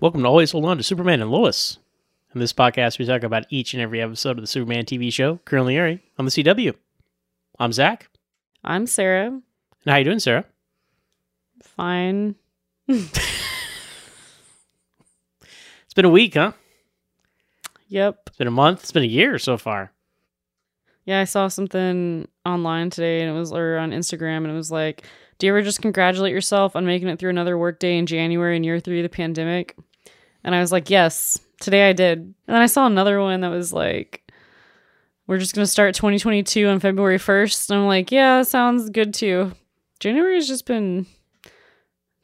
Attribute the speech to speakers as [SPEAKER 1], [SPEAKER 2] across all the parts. [SPEAKER 1] Welcome to Always Hold On to Superman and Lois. In this podcast, we talk about each and every episode of the Superman TV show currently airing on the CW. I'm Zach.
[SPEAKER 2] I'm Sarah.
[SPEAKER 1] And how you doing, Sarah?
[SPEAKER 2] Fine.
[SPEAKER 1] It's been a week, huh?
[SPEAKER 2] Yep.
[SPEAKER 1] It's been a month. It's been a year so far.
[SPEAKER 2] Yeah, I saw something online today and it was or on Instagram and it was like, Do you ever just congratulate yourself on making it through another workday in January in year three of the pandemic? And I was like, Yes, today I did. And then I saw another one that was like we're just gonna start 2022 on February 1st. And I'm like, yeah, sounds good too. January has just been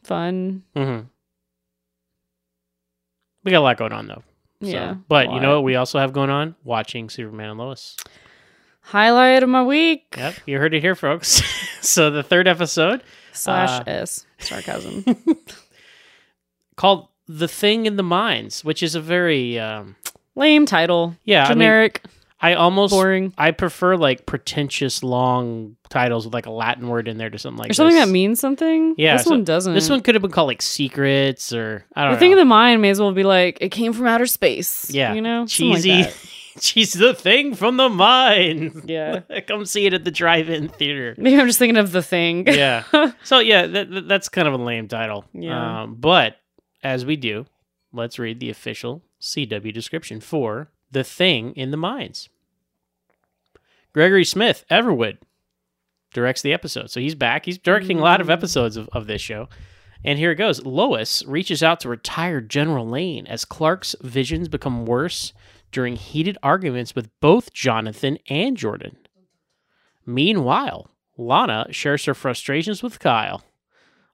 [SPEAKER 2] fun.
[SPEAKER 1] Mm-hmm. We got a lot going on though. So-
[SPEAKER 2] yeah.
[SPEAKER 1] But you
[SPEAKER 2] lot.
[SPEAKER 1] know what we also have going on? Watching Superman and Lois.
[SPEAKER 2] highlight of my week
[SPEAKER 1] Yep, you heard it here, folks. so the third episode
[SPEAKER 2] slash
[SPEAKER 1] Uh,
[SPEAKER 2] S sarcasm.
[SPEAKER 1] called The Thing in the Mines, which is a very um
[SPEAKER 2] Lame title.
[SPEAKER 1] yeah,
[SPEAKER 2] Generic,
[SPEAKER 1] I mean I almost
[SPEAKER 2] boring,
[SPEAKER 1] I prefer like pretentious long titles with like a Latin word in there to something like
[SPEAKER 2] or something
[SPEAKER 1] this.
[SPEAKER 2] that means something.
[SPEAKER 1] Yeah,
[SPEAKER 2] this
[SPEAKER 1] so-
[SPEAKER 2] one doesn't.
[SPEAKER 1] This one could have been called like secrets or I don't
[SPEAKER 2] the
[SPEAKER 1] know.
[SPEAKER 2] thing in the mind may as well be like it came from outer space.
[SPEAKER 1] Yeah.
[SPEAKER 2] you know, Something like
[SPEAKER 1] cheesy,
[SPEAKER 2] that.
[SPEAKER 1] she's the thing from the mines.
[SPEAKER 2] yeah,
[SPEAKER 1] Come see it at the drive-in theater.
[SPEAKER 2] maybe I'm just thinking of the thing.
[SPEAKER 1] yeah. So yeah, that, that- that's kind of a lame title.
[SPEAKER 2] Yeah.
[SPEAKER 1] Um, but as we do, let's read the official CW description for the thing in the mines. Gregory Smith Everwood directs the episode, so he's back. He's directing a
[SPEAKER 2] Mm-hmm.
[SPEAKER 1] lot of episodes of, of this show. And here it goes. Lois reaches out to retired General Lane as Clark's visions become worse during heated arguments with both Jonathan and Jordan. Meanwhile, Lana shares her frustrations with Kyle.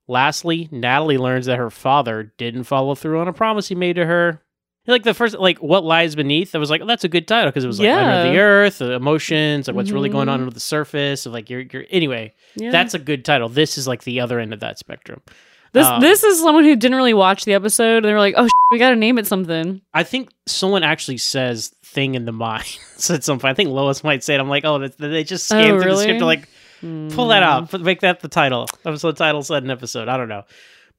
[SPEAKER 1] Lastly, Natalie learns that her father didn't follow through on a promise he made to her. Like the first, like what lies beneath, I was like, oh, that's a good title because it was like under
[SPEAKER 2] Yeah.
[SPEAKER 1] the earth, the emotions, like what's really going on
[SPEAKER 2] Mhm.
[SPEAKER 1] under the surface of like your your. Anyway,
[SPEAKER 2] Yeah.
[SPEAKER 1] that's a good title. This is like the other end of that spectrum.
[SPEAKER 2] this.
[SPEAKER 1] um,
[SPEAKER 2] this is someone who didn't really watch the episode. and They were like, oh, we got to name it something.
[SPEAKER 1] I think someone actually says "thing in the mines" at some point. I think Lois might say it. I'm like, oh, that's, they just
[SPEAKER 2] Oh,
[SPEAKER 1] scanned through the script
[SPEAKER 2] really?
[SPEAKER 1] to like pull
[SPEAKER 2] Hmm.
[SPEAKER 1] that
[SPEAKER 2] Mm.
[SPEAKER 1] out, put- make that the title. Episode title said an episode. I don't know,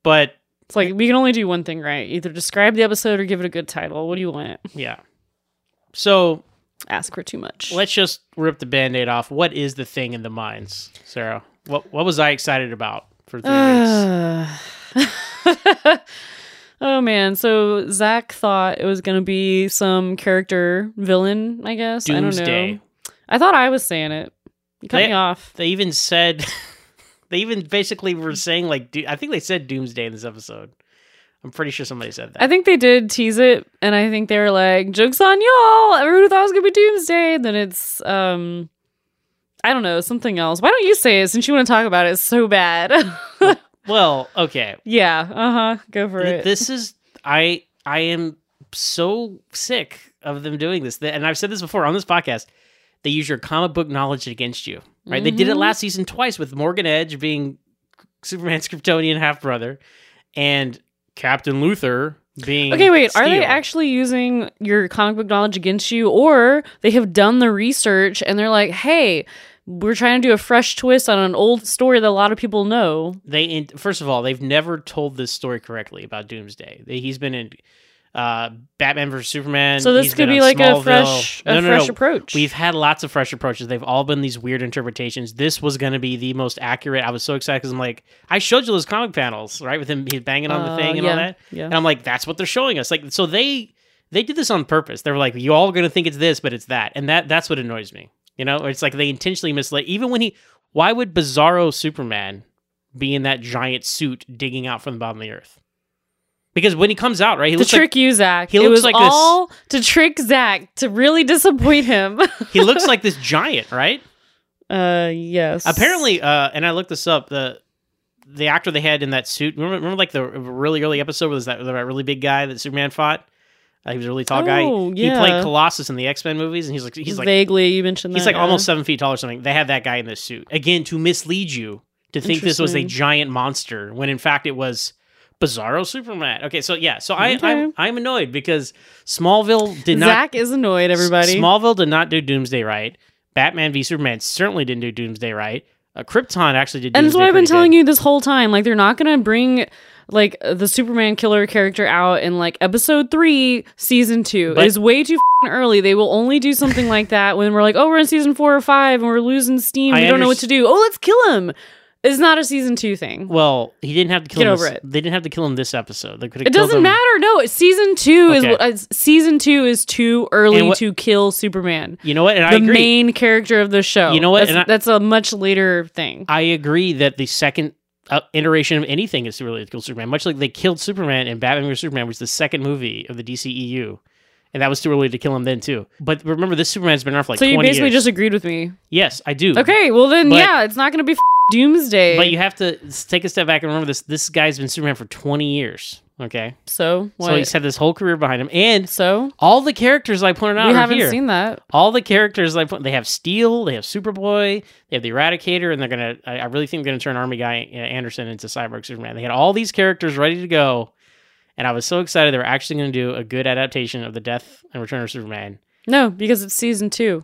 [SPEAKER 1] but
[SPEAKER 2] It's like we can only do one thing right. Either describe the episode or give it a good title. What do you want?
[SPEAKER 1] yeah. So
[SPEAKER 2] Ask for too much.
[SPEAKER 1] let's just rip the band-aid off. What is the thing in the mines, Sarah? What what was I excited about for three
[SPEAKER 2] Uh,
[SPEAKER 1] weeks?
[SPEAKER 2] oh man, so Zach thought it was gonna be some character villain, I guess. I don't
[SPEAKER 1] Doomsday.
[SPEAKER 2] know. I thought I was saying it. You cut
[SPEAKER 1] They-
[SPEAKER 2] me off.
[SPEAKER 1] They even said they even basically were saying like do- I think they said Doomsday in this episode. I'm pretty sure somebody said that.
[SPEAKER 2] I think they did tease it, and I think they were like, "Jokes on y'all! Everyone thought it was gonna be Doomsday." And then it's, um, I don't know, something else. Why don't you say it since you want to talk about it so bad?
[SPEAKER 1] well, okay.
[SPEAKER 2] yeah, uh huh. Go for
[SPEAKER 1] Th-
[SPEAKER 2] it.
[SPEAKER 1] This is I I am so sick of them doing this. Th- And I've said this before on this podcast. They use your comic book knowledge against you. Right? They did it
[SPEAKER 2] Mhm.
[SPEAKER 1] last season twice with Morgan Edge being Superman's Kryptonian half brother and Captain Luther being
[SPEAKER 2] Okay, wait. Are they
[SPEAKER 1] Steel.
[SPEAKER 2] actually using your comic book knowledge against you, or they have done the research and they're like, "Hey, we're trying to do a fresh twist on an old story that a lot of people know."
[SPEAKER 1] they in, first of all they've never told this story correctly about doomsday They- he's been in uh batman versus superman
[SPEAKER 2] so this
[SPEAKER 1] he's
[SPEAKER 2] could
[SPEAKER 1] been
[SPEAKER 2] be
[SPEAKER 1] on
[SPEAKER 2] like a
[SPEAKER 1] Smallville.
[SPEAKER 2] fresh, a fresh approach.
[SPEAKER 1] we've had lots of fresh approaches they've all been these weird interpretations this was going to be the most accurate i was so excited because i'm like i showed you those comic panels right with him he's banging on the
[SPEAKER 2] Uh,
[SPEAKER 1] thing and
[SPEAKER 2] yeah,
[SPEAKER 1] all that
[SPEAKER 2] Yeah.
[SPEAKER 1] and i'm like that's what they're showing us like so they they did this on purpose they were like you all going to think it's this but it's that and that that's what annoys me you know it's like they intentionally misled even when he why would bizarro superman be in that giant suit digging out from the bottom of the earth because when he comes out right he
[SPEAKER 2] to
[SPEAKER 1] looks like
[SPEAKER 2] trick you, Zach.
[SPEAKER 1] he
[SPEAKER 2] it
[SPEAKER 1] looks
[SPEAKER 2] was
[SPEAKER 1] like this-
[SPEAKER 2] all to trick Zach to really disappoint him.
[SPEAKER 1] he looks like this giant right
[SPEAKER 2] uh, yes.
[SPEAKER 1] Apparently, uh, and I looked this up. The the actor they had in that suit. Remember, remember like the really early episode was that that really big guy that Superman fought. Uh, he was a really tall guy.
[SPEAKER 2] Oh,
[SPEAKER 1] He played
[SPEAKER 2] yeah.
[SPEAKER 1] Colossus in the X Men movies, and he's like he's like
[SPEAKER 2] vaguely you mentioned that
[SPEAKER 1] he's like
[SPEAKER 2] yeah.
[SPEAKER 1] almost seven feet tall or something. They have that guy in this suit again to mislead you to think this was a
[SPEAKER 2] Interesting.
[SPEAKER 1] giant monster when in fact it was. Bizarro Superman. Okay, so yeah, so I,
[SPEAKER 2] Okay.
[SPEAKER 1] I'm I'm annoyed because Smallville did not
[SPEAKER 2] Zach is annoyed. Everybody.
[SPEAKER 1] Smallville did not do Doomsday right. Batman v Superman certainly didn't do Doomsday right. Uh, Krypton actually did.
[SPEAKER 2] And that's
[SPEAKER 1] Doomsday
[SPEAKER 2] what I've been
[SPEAKER 1] pretty
[SPEAKER 2] telling
[SPEAKER 1] good.
[SPEAKER 2] you this whole time. Like, they're not going to bring like the Superman killer character out in like episode three, season two.
[SPEAKER 1] But-
[SPEAKER 2] it is way too fing early. They will only do something like that when we're like, oh, we're in season four or five and we're losing steam.
[SPEAKER 1] I
[SPEAKER 2] we don't know what
[SPEAKER 1] underst-
[SPEAKER 2] to do. Oh, let's kill him. It's not a season two thing.
[SPEAKER 1] Well, he didn't have to kill
[SPEAKER 2] Get
[SPEAKER 1] him.
[SPEAKER 2] over
[SPEAKER 1] this,
[SPEAKER 2] it.
[SPEAKER 1] They didn't have to kill him this episode. They could have
[SPEAKER 2] It
[SPEAKER 1] killed
[SPEAKER 2] doesn't
[SPEAKER 1] him-
[SPEAKER 2] matter. No, it's season two is
[SPEAKER 1] Okay.
[SPEAKER 2] what- it's- season two is too early
[SPEAKER 1] And what-
[SPEAKER 2] to kill Superman,
[SPEAKER 1] You know what? And I
[SPEAKER 2] the
[SPEAKER 1] agree.
[SPEAKER 2] main character of the show.
[SPEAKER 1] You know what?
[SPEAKER 2] That's,
[SPEAKER 1] And I-
[SPEAKER 2] that's a much later thing.
[SPEAKER 1] I agree that the second uh, iteration of anything is really to kill Superman. Much like they killed Superman in Batman vs Superman, was the second movie of the DCEU. And that was too early to kill him then too. But remember, this Superman's been around for like
[SPEAKER 2] so you
[SPEAKER 1] 20
[SPEAKER 2] basically
[SPEAKER 1] years.
[SPEAKER 2] just agreed with me.
[SPEAKER 1] yes, I do.
[SPEAKER 2] Okay, well then,
[SPEAKER 1] But-
[SPEAKER 2] yeah, it's not going to be f- doomsday.
[SPEAKER 1] But you have to s- take a step back and remember this. This guy's been Superman for 20 years. Okay,
[SPEAKER 2] so what?
[SPEAKER 1] so he's had this whole career behind him, and
[SPEAKER 2] So
[SPEAKER 1] all the characters I pointed out
[SPEAKER 2] we
[SPEAKER 1] are
[SPEAKER 2] haven't
[SPEAKER 1] here.
[SPEAKER 2] seen that.
[SPEAKER 1] all the characters I put. They have Steel, they have Superboy, they have the Eradicator, and they're gonna. I, I really think they're gonna turn Army Guy uh, Anderson into Cyborg Superman. They had all these characters ready to go, and I was so excited they were actually gonna do a good adaptation of the Death and Return of Superman.
[SPEAKER 2] No, because it's season two.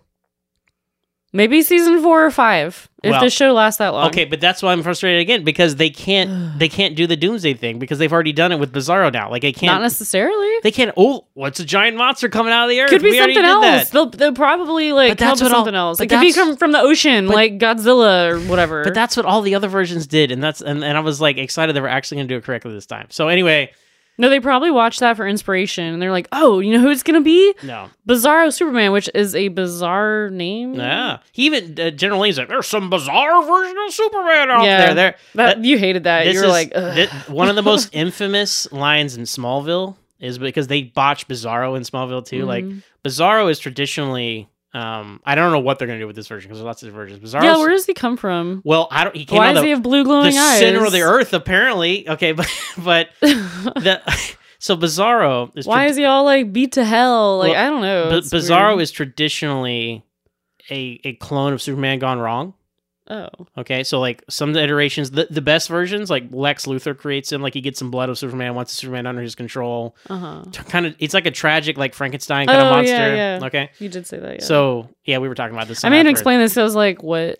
[SPEAKER 2] Maybe season four or five. If
[SPEAKER 1] Well,
[SPEAKER 2] this show lasts that long.
[SPEAKER 1] Okay, but that's why I'm frustrated again because they can't they can't do the Doomsday thing because they've already done it with Bizarro now. Like they
[SPEAKER 2] Not
[SPEAKER 1] can't.
[SPEAKER 2] necessarily.
[SPEAKER 1] they can't. Oh, what's a giant monster coming out of the earth?
[SPEAKER 2] Could be
[SPEAKER 1] we already
[SPEAKER 2] something
[SPEAKER 1] did that.
[SPEAKER 2] else. They'll, they'll probably like
[SPEAKER 1] But that's
[SPEAKER 2] come up with
[SPEAKER 1] what I'll-
[SPEAKER 2] something else.
[SPEAKER 1] but
[SPEAKER 2] It could be
[SPEAKER 1] that's-
[SPEAKER 2] from, from the ocean,
[SPEAKER 1] but-
[SPEAKER 2] like Godzilla or whatever.
[SPEAKER 1] But that's what all the other versions did, and that's and, and I was like excited they were actually gonna do it correctly this time. So anyway,
[SPEAKER 2] no, they probably watched that for inspiration, and they're like, "Oh, you know who it's gonna be?
[SPEAKER 1] no.
[SPEAKER 2] Bizarro Superman, which is a bizarre name.
[SPEAKER 1] Yeah, he even uh, General Lee's like, "There's some bizarre version of Superman out
[SPEAKER 2] Yeah.
[SPEAKER 1] there." There,
[SPEAKER 2] That,
[SPEAKER 1] That-
[SPEAKER 2] you hated that.
[SPEAKER 1] this
[SPEAKER 2] You were
[SPEAKER 1] is
[SPEAKER 2] like, Ugh.
[SPEAKER 1] thi- one of the most infamous lines in Smallville is because they botched Bizarro in Smallville too. Like
[SPEAKER 2] Mhm.
[SPEAKER 1] Bizarro is traditionally, um, I don't know what they're gonna do with this version because there's lots of versions. Bizarro,
[SPEAKER 2] yeah, where does he come from?
[SPEAKER 1] well, I don't. He came
[SPEAKER 2] Why
[SPEAKER 1] out
[SPEAKER 2] does
[SPEAKER 1] of
[SPEAKER 2] he
[SPEAKER 1] the,
[SPEAKER 2] have blue
[SPEAKER 1] the
[SPEAKER 2] glowing eyes?
[SPEAKER 1] center of the earth, apparently. Okay, but but the so Bizarro is
[SPEAKER 2] Why
[SPEAKER 1] trad-
[SPEAKER 2] is he all like beat to hell? Like
[SPEAKER 1] Well,
[SPEAKER 2] I don't know.
[SPEAKER 1] Bi-
[SPEAKER 2] It's
[SPEAKER 1] Bizarro
[SPEAKER 2] weird.
[SPEAKER 1] is traditionally a a clone of Superman gone wrong.
[SPEAKER 2] oh
[SPEAKER 1] Okay, so like some of the iterations, the, the best versions, like Lex Luthor creates him, like he gets some blood of Superman, wants Superman under his control.
[SPEAKER 2] uh huh.
[SPEAKER 1] Kind of, it's like a tragic, like Frankenstein kind of
[SPEAKER 2] Oh, yeah,
[SPEAKER 1] monster.
[SPEAKER 2] yeah.
[SPEAKER 1] Okay,
[SPEAKER 2] You did say that. Yeah.
[SPEAKER 1] so yeah, we were talking about this.
[SPEAKER 2] I
[SPEAKER 1] some
[SPEAKER 2] made him
[SPEAKER 1] afterwards.
[SPEAKER 2] explain this. 'cause I was like, what?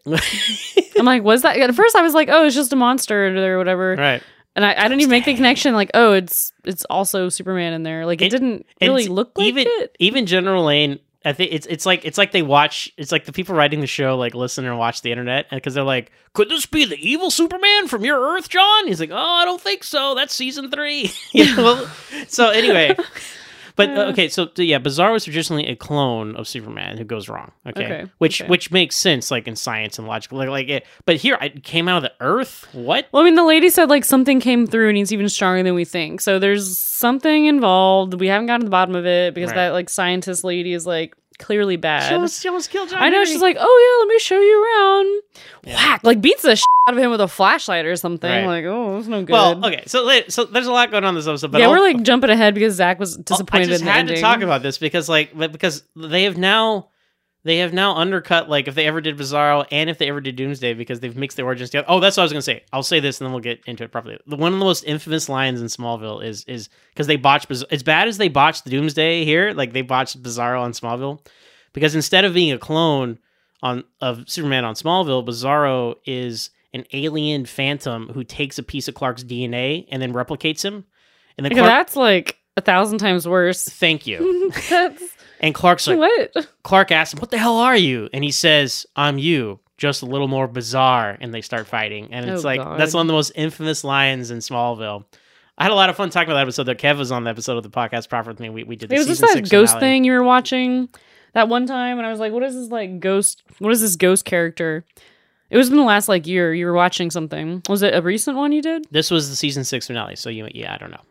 [SPEAKER 2] I'm like, was that? At first, I was like, oh, it's just a monster or whatever,
[SPEAKER 1] right,
[SPEAKER 2] and I, I didn't even make the connection. Like, oh, it's it's also Superman in there. Like, it,
[SPEAKER 1] And-
[SPEAKER 2] didn't
[SPEAKER 1] and
[SPEAKER 2] really look like
[SPEAKER 1] even
[SPEAKER 2] it.
[SPEAKER 1] even General Lane. I think it's it's like it's like they watch. It's like the people writing the show like listen and watch the internet because they're like, could this be the evil Superman from your Earth, John? He's like, oh, I don't think so. That's season three. You know? so anyway. But uh,
[SPEAKER 2] Yeah.
[SPEAKER 1] okay, so so, yeah, Bizarro was traditionally a clone of Superman who goes wrong. Okay,
[SPEAKER 2] Okay,
[SPEAKER 1] which
[SPEAKER 2] okay.
[SPEAKER 1] which makes sense, like in science and logic, like like it. But here, I it came out of the Earth. What?
[SPEAKER 2] Well, I mean, the lady said like something came through, and he's even stronger than we think. So there's something involved. We haven't gotten to the bottom of it because
[SPEAKER 1] Right.
[SPEAKER 2] that like scientist lady is like clearly bad.
[SPEAKER 1] She almost, she almost killed John.
[SPEAKER 2] I know
[SPEAKER 1] Henry.
[SPEAKER 2] she's like, oh yeah, let me show you around. Whack! Like beats the shit out of him with a flashlight or something.
[SPEAKER 1] Right.
[SPEAKER 2] Like, oh, that's no good.
[SPEAKER 1] well, okay. So la- so there's a lot going on in this episode. But
[SPEAKER 2] yeah,
[SPEAKER 1] I'll-
[SPEAKER 2] we're like jumping ahead because Zach was
[SPEAKER 1] Well,
[SPEAKER 2] disappointed.
[SPEAKER 1] I just
[SPEAKER 2] in the
[SPEAKER 1] had
[SPEAKER 2] ending.
[SPEAKER 1] to talk about this because like but- because they have now they have now undercut like if they ever did Bizarro and if they ever did Doomsday because they've mixed the origins together. Oh, that's what I was gonna say. I'll say this and then we'll get into it properly. The one of the most infamous lines in Smallville is is because they botched Biz- as bad as they botched Doomsday here, like they botched Bizarro on Smallville, because instead of being a clone on of Superman on Smallville, Bizarro is an alien phantom who takes a piece of Clark's DNA and then replicates him. And then
[SPEAKER 2] Okay,
[SPEAKER 1] Clark,
[SPEAKER 2] that's like a thousand times worse.
[SPEAKER 1] thank you.
[SPEAKER 2] that's
[SPEAKER 1] And Clark's like,
[SPEAKER 2] what?
[SPEAKER 1] Clark asks him, "What the hell are you?" And he says, "I'm you, just a little more bizarre." And they start fighting, and it's
[SPEAKER 2] Oh,
[SPEAKER 1] like
[SPEAKER 2] God.
[SPEAKER 1] that's one of the most infamous lines in Smallville. I had a lot of fun talking about that episode. Though Kev was on the episode of the podcast proper with me. We, we did. The
[SPEAKER 2] It was just
[SPEAKER 1] season
[SPEAKER 2] that
[SPEAKER 1] six
[SPEAKER 2] ghost
[SPEAKER 1] finale.
[SPEAKER 2] thing you were watching that one time, and I was like, "What is this like ghost? What is this ghost character?" It was in the last like year. You were watching something. Was it a recent one you did?
[SPEAKER 1] This was the season six finale. So you, yeah, I don't know.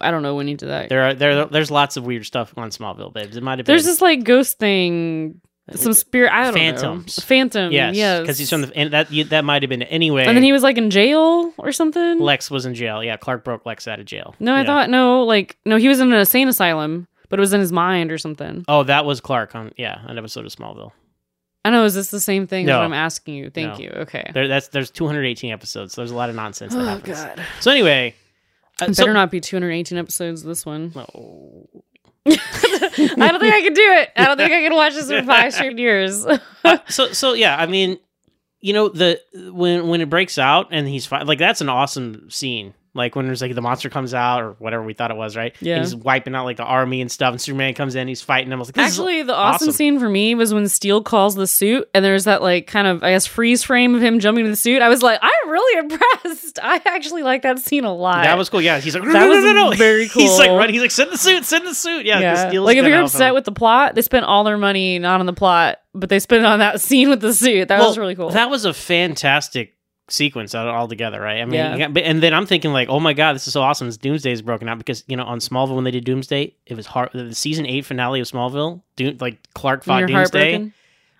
[SPEAKER 2] I don't know when you did that.
[SPEAKER 1] There are there there's lots of weird stuff on Smallville, babes. It might have been
[SPEAKER 2] There's this like ghost thing, some spirit. I don't
[SPEAKER 1] Phantoms.
[SPEAKER 2] know. Phantom.
[SPEAKER 1] yes,
[SPEAKER 2] yes.
[SPEAKER 1] because he's from the and that you, that might have been anyway.
[SPEAKER 2] And then he was like in jail or something.
[SPEAKER 1] Lex was in jail. Yeah, Clark broke Lex out of jail.
[SPEAKER 2] no, I
[SPEAKER 1] Yeah.
[SPEAKER 2] thought no, like no, he was in an insane asylum, but it was in his mind or something.
[SPEAKER 1] Oh, that was Clark on yeah an episode of Smallville.
[SPEAKER 2] I know. Is this the same thing?
[SPEAKER 1] No.
[SPEAKER 2] Is what I'm asking you. Thank
[SPEAKER 1] No.
[SPEAKER 2] you. Okay.
[SPEAKER 1] There, that's there's 218 episodes. So there's a lot of nonsense that
[SPEAKER 2] oh
[SPEAKER 1] happens.
[SPEAKER 2] God.
[SPEAKER 1] So anyway, uh,
[SPEAKER 2] Better
[SPEAKER 1] so-
[SPEAKER 2] not be 218 episodes. This one.
[SPEAKER 1] No.
[SPEAKER 2] I don't think I could do it. I don't think I could watch this for five straight years.
[SPEAKER 1] Uh, so so yeah, I mean, you know the when when it breaks out and he's fi- like that's an awesome scene. Like when there's like the monster comes out or whatever we thought it was, right? And
[SPEAKER 2] Yeah.
[SPEAKER 1] he's wiping out like the army and stuff, and Superman comes in, he's fighting him. I was like, this is-
[SPEAKER 2] Actually, the awesome,
[SPEAKER 1] awesome.
[SPEAKER 2] scene for me was when Steele calls the suit, and there's that like kind of I guess freeze frame of him jumping to the suit. I was like, I'm really impressed. I actually like that scene a lot.
[SPEAKER 1] that was cool. Yeah, he's like, no,
[SPEAKER 2] That
[SPEAKER 1] no,
[SPEAKER 2] was
[SPEAKER 1] no, no, no."
[SPEAKER 2] very
[SPEAKER 1] He's like
[SPEAKER 2] cool.
[SPEAKER 1] running. He's like, send the suit, send the suit. Yeah, 'cause
[SPEAKER 2] yeah.
[SPEAKER 1] Steele's
[SPEAKER 2] Like if
[SPEAKER 1] gonna
[SPEAKER 2] you're
[SPEAKER 1] help him.
[SPEAKER 2] upset with the plot, they spent all their money not on the plot, but they spent it on that scene with the suit. That was
[SPEAKER 1] Well,
[SPEAKER 2] really cool.
[SPEAKER 1] That was a fantastic sequence all- altogether, right? I mean,
[SPEAKER 2] Yeah.
[SPEAKER 1] you got- but- and then I'm thinking like, oh my god, this is so awesome. This Doomsday is broken out because you know on Smallville when they did Doomsday, it was hard. The season eight finale of Smallville, Doom, like Clark
[SPEAKER 2] When
[SPEAKER 1] fought
[SPEAKER 2] you're
[SPEAKER 1] Doomsday.
[SPEAKER 2] heartbroken.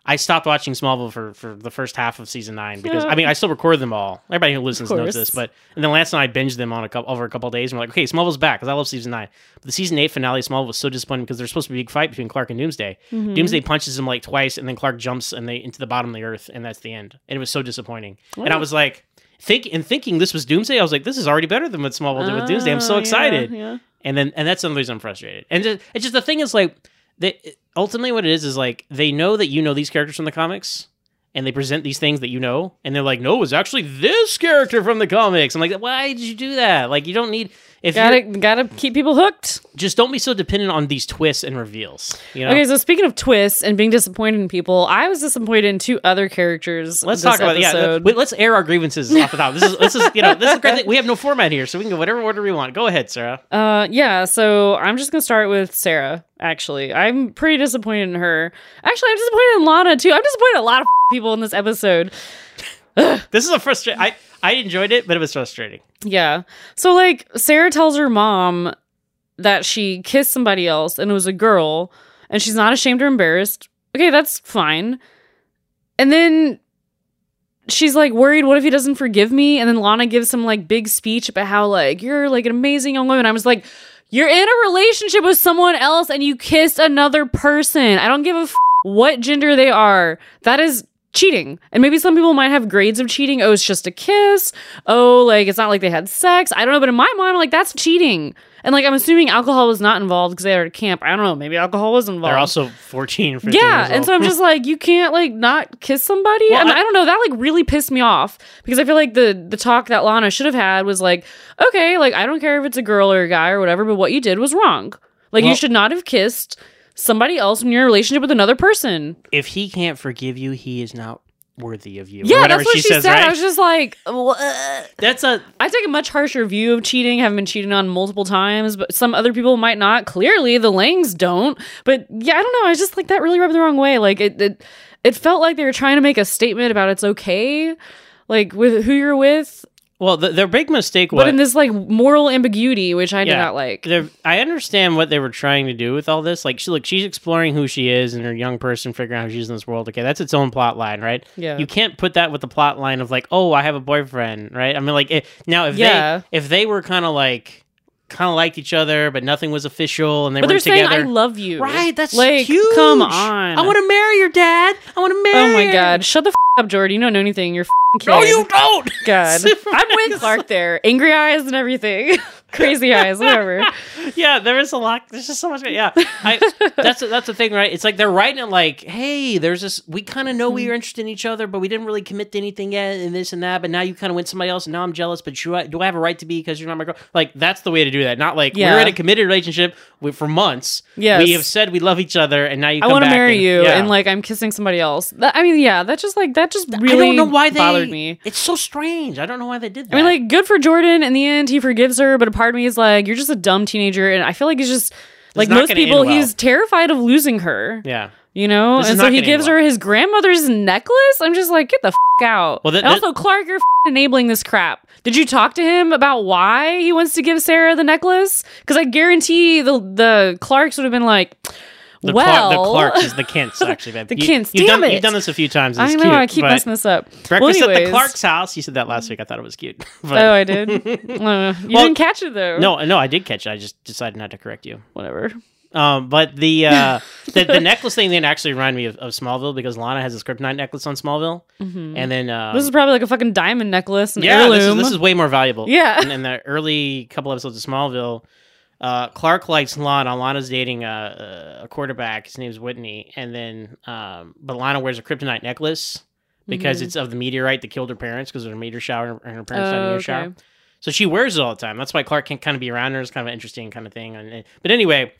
[SPEAKER 1] I stopped watching Smallville for for the first half of season nine because
[SPEAKER 2] Yeah.
[SPEAKER 1] I mean I still record them all. Everybody who listens knows
[SPEAKER 2] course.
[SPEAKER 1] this, but and then Lance and I binged them on a couple over a couple of days and we're like, okay, Smallville's back because I love season nine. But the season eight finale of Smallville was so disappointing because there's supposed to be a big fight between Clark and Doomsday.
[SPEAKER 2] Mhm.
[SPEAKER 1] Doomsday punches him like twice, and then Clark jumps and they into the bottom of the earth, and that's the end. And it was so disappointing. And I
[SPEAKER 2] Wow.
[SPEAKER 1] was like, think and thinking this was Doomsday, I was like, this is already better than what Smallville did with Doomsday. I'm
[SPEAKER 2] Oh,
[SPEAKER 1] so
[SPEAKER 2] yeah,
[SPEAKER 1] excited.
[SPEAKER 2] yeah.
[SPEAKER 1] And then and that's another reason I'm frustrated. And just, it's just the thing is like they ultimately what it is is like they know that you know these characters from the comics. And they present these things that you know, and they're like, "No, it was actually this character from the comics." I'm like, "Why did you do that? Like, you don't need if
[SPEAKER 2] Gotta
[SPEAKER 1] you
[SPEAKER 2] gotta keep people hooked.
[SPEAKER 1] just don't be so dependent on these twists and reveals." You know,
[SPEAKER 2] Okay, so speaking of twists and being disappointed in people, I was disappointed in two other characters.
[SPEAKER 1] Let's
[SPEAKER 2] this
[SPEAKER 1] talk about yeah.
[SPEAKER 2] episode.
[SPEAKER 1] let- Wait, let's air our grievances off the top. This is this is you know this is great. Thing. We have no format here, so we can go whatever order we want. Go ahead, Sarah.
[SPEAKER 2] Uh, yeah. So I'm just gonna start with Sarah. Actually, I'm pretty disappointed in her. Actually, I'm disappointed in Lana too. I'm disappointed in a lot of people in this episode.
[SPEAKER 1] This is a frustrating. I I enjoyed it, but it was frustrating.
[SPEAKER 2] Yeah. So like Sarah tells her mom that she kissed somebody else and it was a girl and she's not ashamed or embarrassed. Okay, that's fine. And then she's like worried, what if he doesn't forgive me? And then Lana gives some like big speech about how like you're like an amazing young woman. I was like, you're in a relationship with someone else and you kissed another person. I don't give a f- what gender they are. That is cheating. And maybe some people might have grades of cheating. Oh, it's just a kiss oh, like it's not like they had sex. I don't know, but in my mind, I'm like that's cheating. And like I'm assuming alcohol was not involved because they were at camp. I don't know, maybe alcohol was involved.
[SPEAKER 1] They're also fourteen. 15
[SPEAKER 2] um, yeah,
[SPEAKER 1] years
[SPEAKER 2] and
[SPEAKER 1] old.
[SPEAKER 2] so I'm just like, you can't like not kiss somebody.
[SPEAKER 1] Well,
[SPEAKER 2] I, mean,
[SPEAKER 1] I-
[SPEAKER 2] I don't know. That like really pissed me off because I feel like the the talk that Lana should have had was like, okay, like I don't care if it's a girl or a guy or whatever, but what you did was wrong. Like
[SPEAKER 1] Well-
[SPEAKER 2] you should not have kissed somebody else when you're in a relationship with another person.
[SPEAKER 1] if he can't forgive you, he is not worthy of you. or
[SPEAKER 2] Yeah,
[SPEAKER 1] whatever
[SPEAKER 2] that's what
[SPEAKER 1] she,
[SPEAKER 2] she,
[SPEAKER 1] says.
[SPEAKER 2] said.
[SPEAKER 1] Right?
[SPEAKER 2] I was just like, what?
[SPEAKER 1] That's a
[SPEAKER 2] I take a much harsher view of cheating, have been cheated on multiple times, but some other people might not. Clearly, the Langs don't. But yeah, I don't know. I just like that really rubbed me the wrong way. Like it, it, it felt like they were trying to make a statement about it's okay, like with who you're with,
[SPEAKER 1] well. The, their big mistake was
[SPEAKER 2] but in this like moral ambiguity, which I did not like.
[SPEAKER 1] They're, I understand what they were trying to do with all this. Like, she look, she's exploring who she is and her young person, figuring out who she's in this world. Okay, that's its own plot line, right?
[SPEAKER 2] Yeah.
[SPEAKER 1] You can't put that with the plot line of like, oh, I have a boyfriend, right? I mean, like, it, now if
[SPEAKER 2] Yeah.
[SPEAKER 1] they if they were kind of like kind of liked each other, but nothing was official, and they
[SPEAKER 2] But they're
[SPEAKER 1] weren't
[SPEAKER 2] saying
[SPEAKER 1] together.
[SPEAKER 2] I love you.
[SPEAKER 1] Right, that's
[SPEAKER 2] like
[SPEAKER 1] huge.
[SPEAKER 2] come on.
[SPEAKER 1] I want to marry your dad. I want to marry.
[SPEAKER 2] Oh my
[SPEAKER 1] her.
[SPEAKER 2] god, shut the f- up, Jordy. You don't know anything. You're f- kid.
[SPEAKER 1] No, you don't.
[SPEAKER 2] God,
[SPEAKER 1] Superman
[SPEAKER 2] I'm
[SPEAKER 1] is-
[SPEAKER 2] with Clark there. Angry eyes and everything, crazy eyes, whatever.
[SPEAKER 1] yeah, there is a lot. There's just so much. Yeah, I, that's that's the thing, right? It's like they're writing it like, hey, there's this. We kind of know
[SPEAKER 2] Hmm.
[SPEAKER 1] we were interested in each other, but we didn't really commit to anything yet, and this and that. But now you kind of went somebody else, and now I'm jealous. But should I, do I have a right to be because you're not my girl? Like that's the way to do that. Not like
[SPEAKER 2] Yeah.
[SPEAKER 1] we're in a committed relationship we, for months.
[SPEAKER 2] Yes.
[SPEAKER 1] we have said we love each other, and now you.
[SPEAKER 2] I
[SPEAKER 1] want to
[SPEAKER 2] marry you,
[SPEAKER 1] yeah.
[SPEAKER 2] and like I'm kissing somebody else. That, I mean, yeah, that just like that just really
[SPEAKER 1] I don't know why they
[SPEAKER 2] bothered me.
[SPEAKER 1] It's so strange. I don't know why they did that.
[SPEAKER 2] I mean, like, good for Jordan. In the end, he forgives her, but a part of me is like, you're just a dumb teenager, and I feel like he's just like
[SPEAKER 1] not
[SPEAKER 2] most
[SPEAKER 1] gonna end
[SPEAKER 2] people,
[SPEAKER 1] well.
[SPEAKER 2] he's terrified of losing her.
[SPEAKER 1] yeah.
[SPEAKER 2] You know,
[SPEAKER 1] This is
[SPEAKER 2] and
[SPEAKER 1] not
[SPEAKER 2] so he
[SPEAKER 1] gonna end
[SPEAKER 2] gives
[SPEAKER 1] well.
[SPEAKER 2] her his grandmother's necklace. I'm just like, get the f- out.
[SPEAKER 1] Well, that-
[SPEAKER 2] and
[SPEAKER 1] that-
[SPEAKER 2] also, Clark, you're f- enabling this crap. Did you talk to him about why he wants to give Sarah the necklace? Because I guarantee the the Clarks would have been like,
[SPEAKER 1] The,
[SPEAKER 2] well,
[SPEAKER 1] Clark, the Clarks is the Kints, actually. babe.
[SPEAKER 2] The
[SPEAKER 1] You-
[SPEAKER 2] Kints,
[SPEAKER 1] You've
[SPEAKER 2] damn
[SPEAKER 1] done,
[SPEAKER 2] it.
[SPEAKER 1] You've done this a few times. and
[SPEAKER 2] I
[SPEAKER 1] it's
[SPEAKER 2] know
[SPEAKER 1] cute,
[SPEAKER 2] I keep
[SPEAKER 1] but-
[SPEAKER 2] messing this up.
[SPEAKER 1] Breakfast
[SPEAKER 2] well,
[SPEAKER 1] at
[SPEAKER 2] anyways.
[SPEAKER 1] the Clark's house. You said that last week. I thought it was cute. But-
[SPEAKER 2] Oh, I did. Uh, you
[SPEAKER 1] Well,
[SPEAKER 2] didn't catch it though.
[SPEAKER 1] no, no, I did catch it. I just decided not to correct you.
[SPEAKER 2] whatever.
[SPEAKER 1] Um, but the, uh, the the necklace thing then actually reminded me of, of Smallville because Lana has this kryptonite necklace on Smallville, and then um,
[SPEAKER 2] Mm-hmm. This is probably like a fucking diamond necklace, an
[SPEAKER 1] yeah, this is,
[SPEAKER 2] heirloom.
[SPEAKER 1] this is way more valuable.
[SPEAKER 2] Yeah.
[SPEAKER 1] and in the early couple episodes of Smallville, uh, Clark likes Lana. Lana's dating a, a quarterback. His name's Whitney, and then um, but Lana wears a kryptonite necklace because it's of the meteorite that killed her parents because of a meteor shower and her parents died in a
[SPEAKER 2] Mm-hmm. Oh,
[SPEAKER 1] meteor
[SPEAKER 2] okay.
[SPEAKER 1] shower. So she wears it all the time. That's why Clark can kind of be around her. It's kind of an interesting kind of thing. And but anyway,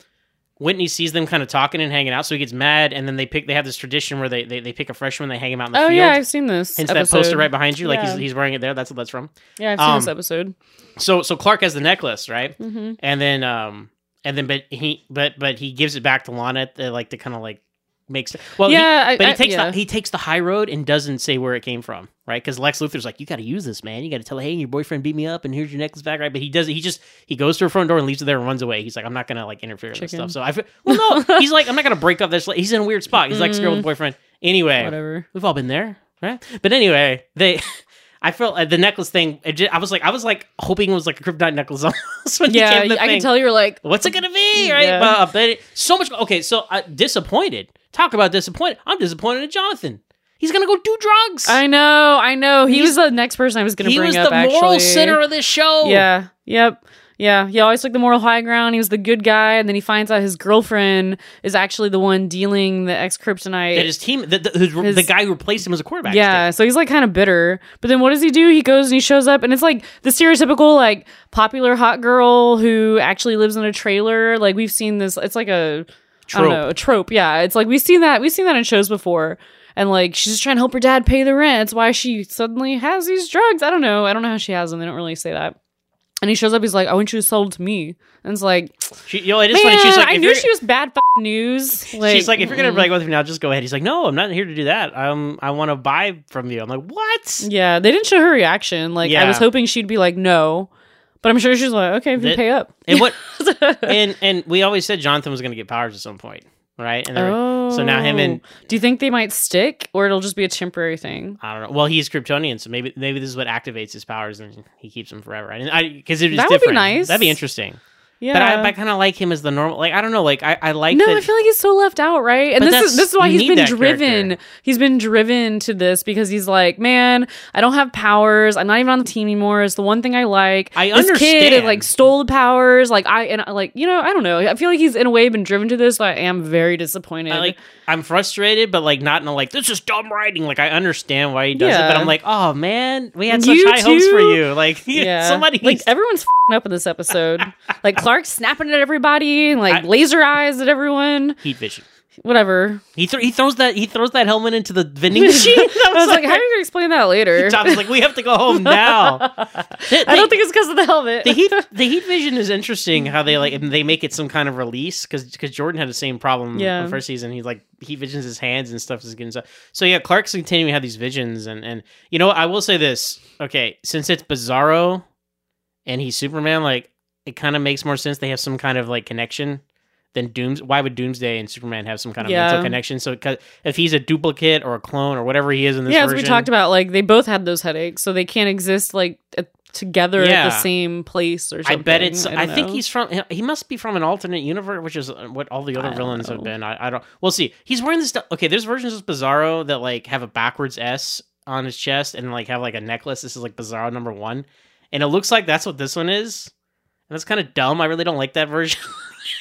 [SPEAKER 1] Whitney sees them kind of talking and hanging out, so he gets mad. And then they pick. They have this tradition where they they, they pick a freshman, they hang him out in the
[SPEAKER 2] oh
[SPEAKER 1] field.
[SPEAKER 2] yeah, I've seen this.
[SPEAKER 1] Hence that
[SPEAKER 2] episode.
[SPEAKER 1] poster right behind you, like
[SPEAKER 2] Yeah.
[SPEAKER 1] he's, he's wearing it there. That's what that's from.
[SPEAKER 2] Yeah, I've seen this
[SPEAKER 1] Um,
[SPEAKER 2] episode.
[SPEAKER 1] So so Clark has the necklace, right?
[SPEAKER 2] Mm-hmm.
[SPEAKER 1] And then um and then but he but but he gives it back to Lana at the, like to kind of like makes well he-
[SPEAKER 2] yeah, I,
[SPEAKER 1] but he
[SPEAKER 2] I-
[SPEAKER 1] takes
[SPEAKER 2] yeah.
[SPEAKER 1] the he takes the high road and doesn't say where it came from, right? Because Lex Luthor's like, you got to use this, man. You got to tell, hey, your boyfriend beat me up, and here's your necklace back, right? But he doesn't. He just he goes to her front door and leaves it there and runs away. He's like, I'm not gonna like interfere with this
[SPEAKER 2] Chicken.
[SPEAKER 1] stuff. So I feel, well, no, he's like, I'm not gonna break up this. Like, he's in a weird spot. He's like, girl with boyfriend. Anyway,
[SPEAKER 2] Mm. whatever.
[SPEAKER 1] we've all been there, right? But anyway, they. I felt uh, the necklace thing. It just, I was like, I was like hoping it was like a kryptonite necklace almost when he
[SPEAKER 2] Yeah,
[SPEAKER 1] gave the
[SPEAKER 2] I
[SPEAKER 1] thing
[SPEAKER 2] can tell you're like,
[SPEAKER 1] what's it gonna be right
[SPEAKER 2] Yeah.
[SPEAKER 1] Uh, but it- so much okay so uh, disappointed talk about disappointed i'm disappointed in jonathan he's gonna go do drugs
[SPEAKER 2] I know, I know. He
[SPEAKER 1] He's-
[SPEAKER 2] was the next person I was going to
[SPEAKER 1] he
[SPEAKER 2] bring
[SPEAKER 1] was
[SPEAKER 2] up.
[SPEAKER 1] the moral
[SPEAKER 2] actually.
[SPEAKER 1] center of this show
[SPEAKER 2] Yeah. Yep. Yeah. He always took the moral high ground. He was the good guy, and then he finds out his girlfriend is actually the one dealing the ex kryptonite.
[SPEAKER 1] that his team the, the, who's-
[SPEAKER 2] His-
[SPEAKER 1] the guy who replaced him as a quarterback
[SPEAKER 2] Yeah, so he's like kind of bitter. But then what does he do? He goes and he shows up, and it's like the stereotypical like popular hot girl who actually lives in a trailer. Like we've seen this. It's like a I don't
[SPEAKER 1] Trope.
[SPEAKER 2] know a trope. Yeah, it's like we've seen that. We've seen that in shows before. And like she's just trying to help her dad pay the rent. That's why she suddenly has these drugs. I don't know. I don't know how she has them. They don't really say that. And he shows up. He's like, "I want you to sell it to me." And it's like,
[SPEAKER 1] she, you know, it is
[SPEAKER 2] man,
[SPEAKER 1] funny she's like
[SPEAKER 2] I
[SPEAKER 1] if
[SPEAKER 2] knew
[SPEAKER 1] you're-
[SPEAKER 2] she was bad f- news. Like, mm.
[SPEAKER 1] She's like, if you're gonna
[SPEAKER 2] mm-mm.
[SPEAKER 1] break with me now, just go ahead. He's like, no, I'm not here to do that. Um, I want to buy from you. I'm like, what?
[SPEAKER 2] Yeah, they didn't show her reaction. Like I was
[SPEAKER 1] Yeah.
[SPEAKER 2] hoping she'd be like, no. But I'm sure she's like, okay, if you
[SPEAKER 1] That-
[SPEAKER 2] pay up.
[SPEAKER 1] And what? and and we always said Jonathan was gonna get powers at some point, right? And they were-
[SPEAKER 2] oh.
[SPEAKER 1] so now him and
[SPEAKER 2] Do you think they might stick or it'll just be a temporary thing?
[SPEAKER 1] I don't know. Well, he's Kryptonian, so maybe maybe this is what activates his powers and he keeps them forever. And I because it is
[SPEAKER 2] That would be
[SPEAKER 1] different.
[SPEAKER 2] nice.
[SPEAKER 1] That'd be interesting.
[SPEAKER 2] Yeah.
[SPEAKER 1] But I, but I kind of like him as the normal. Like I don't know. Like I, I like
[SPEAKER 2] no,
[SPEAKER 1] that.
[SPEAKER 2] I feel like he's so left out, right? And
[SPEAKER 1] But
[SPEAKER 2] this
[SPEAKER 1] that's-
[SPEAKER 2] is this is why
[SPEAKER 1] you
[SPEAKER 2] he's
[SPEAKER 1] need
[SPEAKER 2] been
[SPEAKER 1] that
[SPEAKER 2] driven.
[SPEAKER 1] character.
[SPEAKER 2] He's been driven to this because he's like, man, I don't have powers. I'm not even on the team anymore. It's the one thing I like.
[SPEAKER 1] I
[SPEAKER 2] this kid it,
[SPEAKER 1] understand.
[SPEAKER 2] like stole the powers. Like I and I, like you know, I don't know. I feel like he's in a way been driven to this. But I am very disappointed.
[SPEAKER 1] I like I'm frustrated, but like not in a like this is dumb writing. Like I understand why he does it,
[SPEAKER 2] Yeah.
[SPEAKER 1] but I'm like, oh man, we had such
[SPEAKER 2] You
[SPEAKER 1] high hopes for
[SPEAKER 2] too?
[SPEAKER 1] you. Like
[SPEAKER 2] yeah.
[SPEAKER 1] somebody
[SPEAKER 2] like everyone's fing up in this episode. like Clark's snapping at everybody and like
[SPEAKER 1] I-
[SPEAKER 2] laser eyes at everyone.
[SPEAKER 1] heat vision.
[SPEAKER 2] Whatever.
[SPEAKER 1] He thro- he throws that he throws that helmet into the vending machine. That
[SPEAKER 2] I was like, how are you gonna explain that later?
[SPEAKER 1] Tom's like, we have to go home now.
[SPEAKER 2] I don't think it's because of the helmet.
[SPEAKER 1] the heat the heat vision is interesting how they like and they make it some kind of release because Jordan had the same problem
[SPEAKER 2] Yeah.
[SPEAKER 1] the first season he like heat visions his hands and stuff is getting stuff so yeah Clark's continuing to have these visions and and you know what? I will say this okay since it's Bizarro and he's Superman like it kind of makes more sense they have some kind of like connection than Dooms why would Doomsday and Superman have some kind of
[SPEAKER 2] Yeah.
[SPEAKER 1] mental connection so it, 'cause if he's a duplicate or a clone or whatever he is in this
[SPEAKER 2] yeah, as
[SPEAKER 1] version,
[SPEAKER 2] we talked about, like they both had those headaches, so they can't exist like at, together at
[SPEAKER 1] Yeah.
[SPEAKER 2] the same place or
[SPEAKER 1] I
[SPEAKER 2] something.
[SPEAKER 1] bet it's. I,
[SPEAKER 2] don't
[SPEAKER 1] think
[SPEAKER 2] know.
[SPEAKER 1] he's from. He must be from an alternate universe, which is what all the
[SPEAKER 2] I
[SPEAKER 1] other
[SPEAKER 2] don't
[SPEAKER 1] villains have
[SPEAKER 2] know.
[SPEAKER 1] been. I, I don't. We'll see. He's wearing this. stuff. Okay, there's versions of Bizarro that like have a backwards S on his chest and like have like a necklace. This is like Bizarro number one, and it looks like that's what this one is. And that's kind of dumb. I really don't like that version.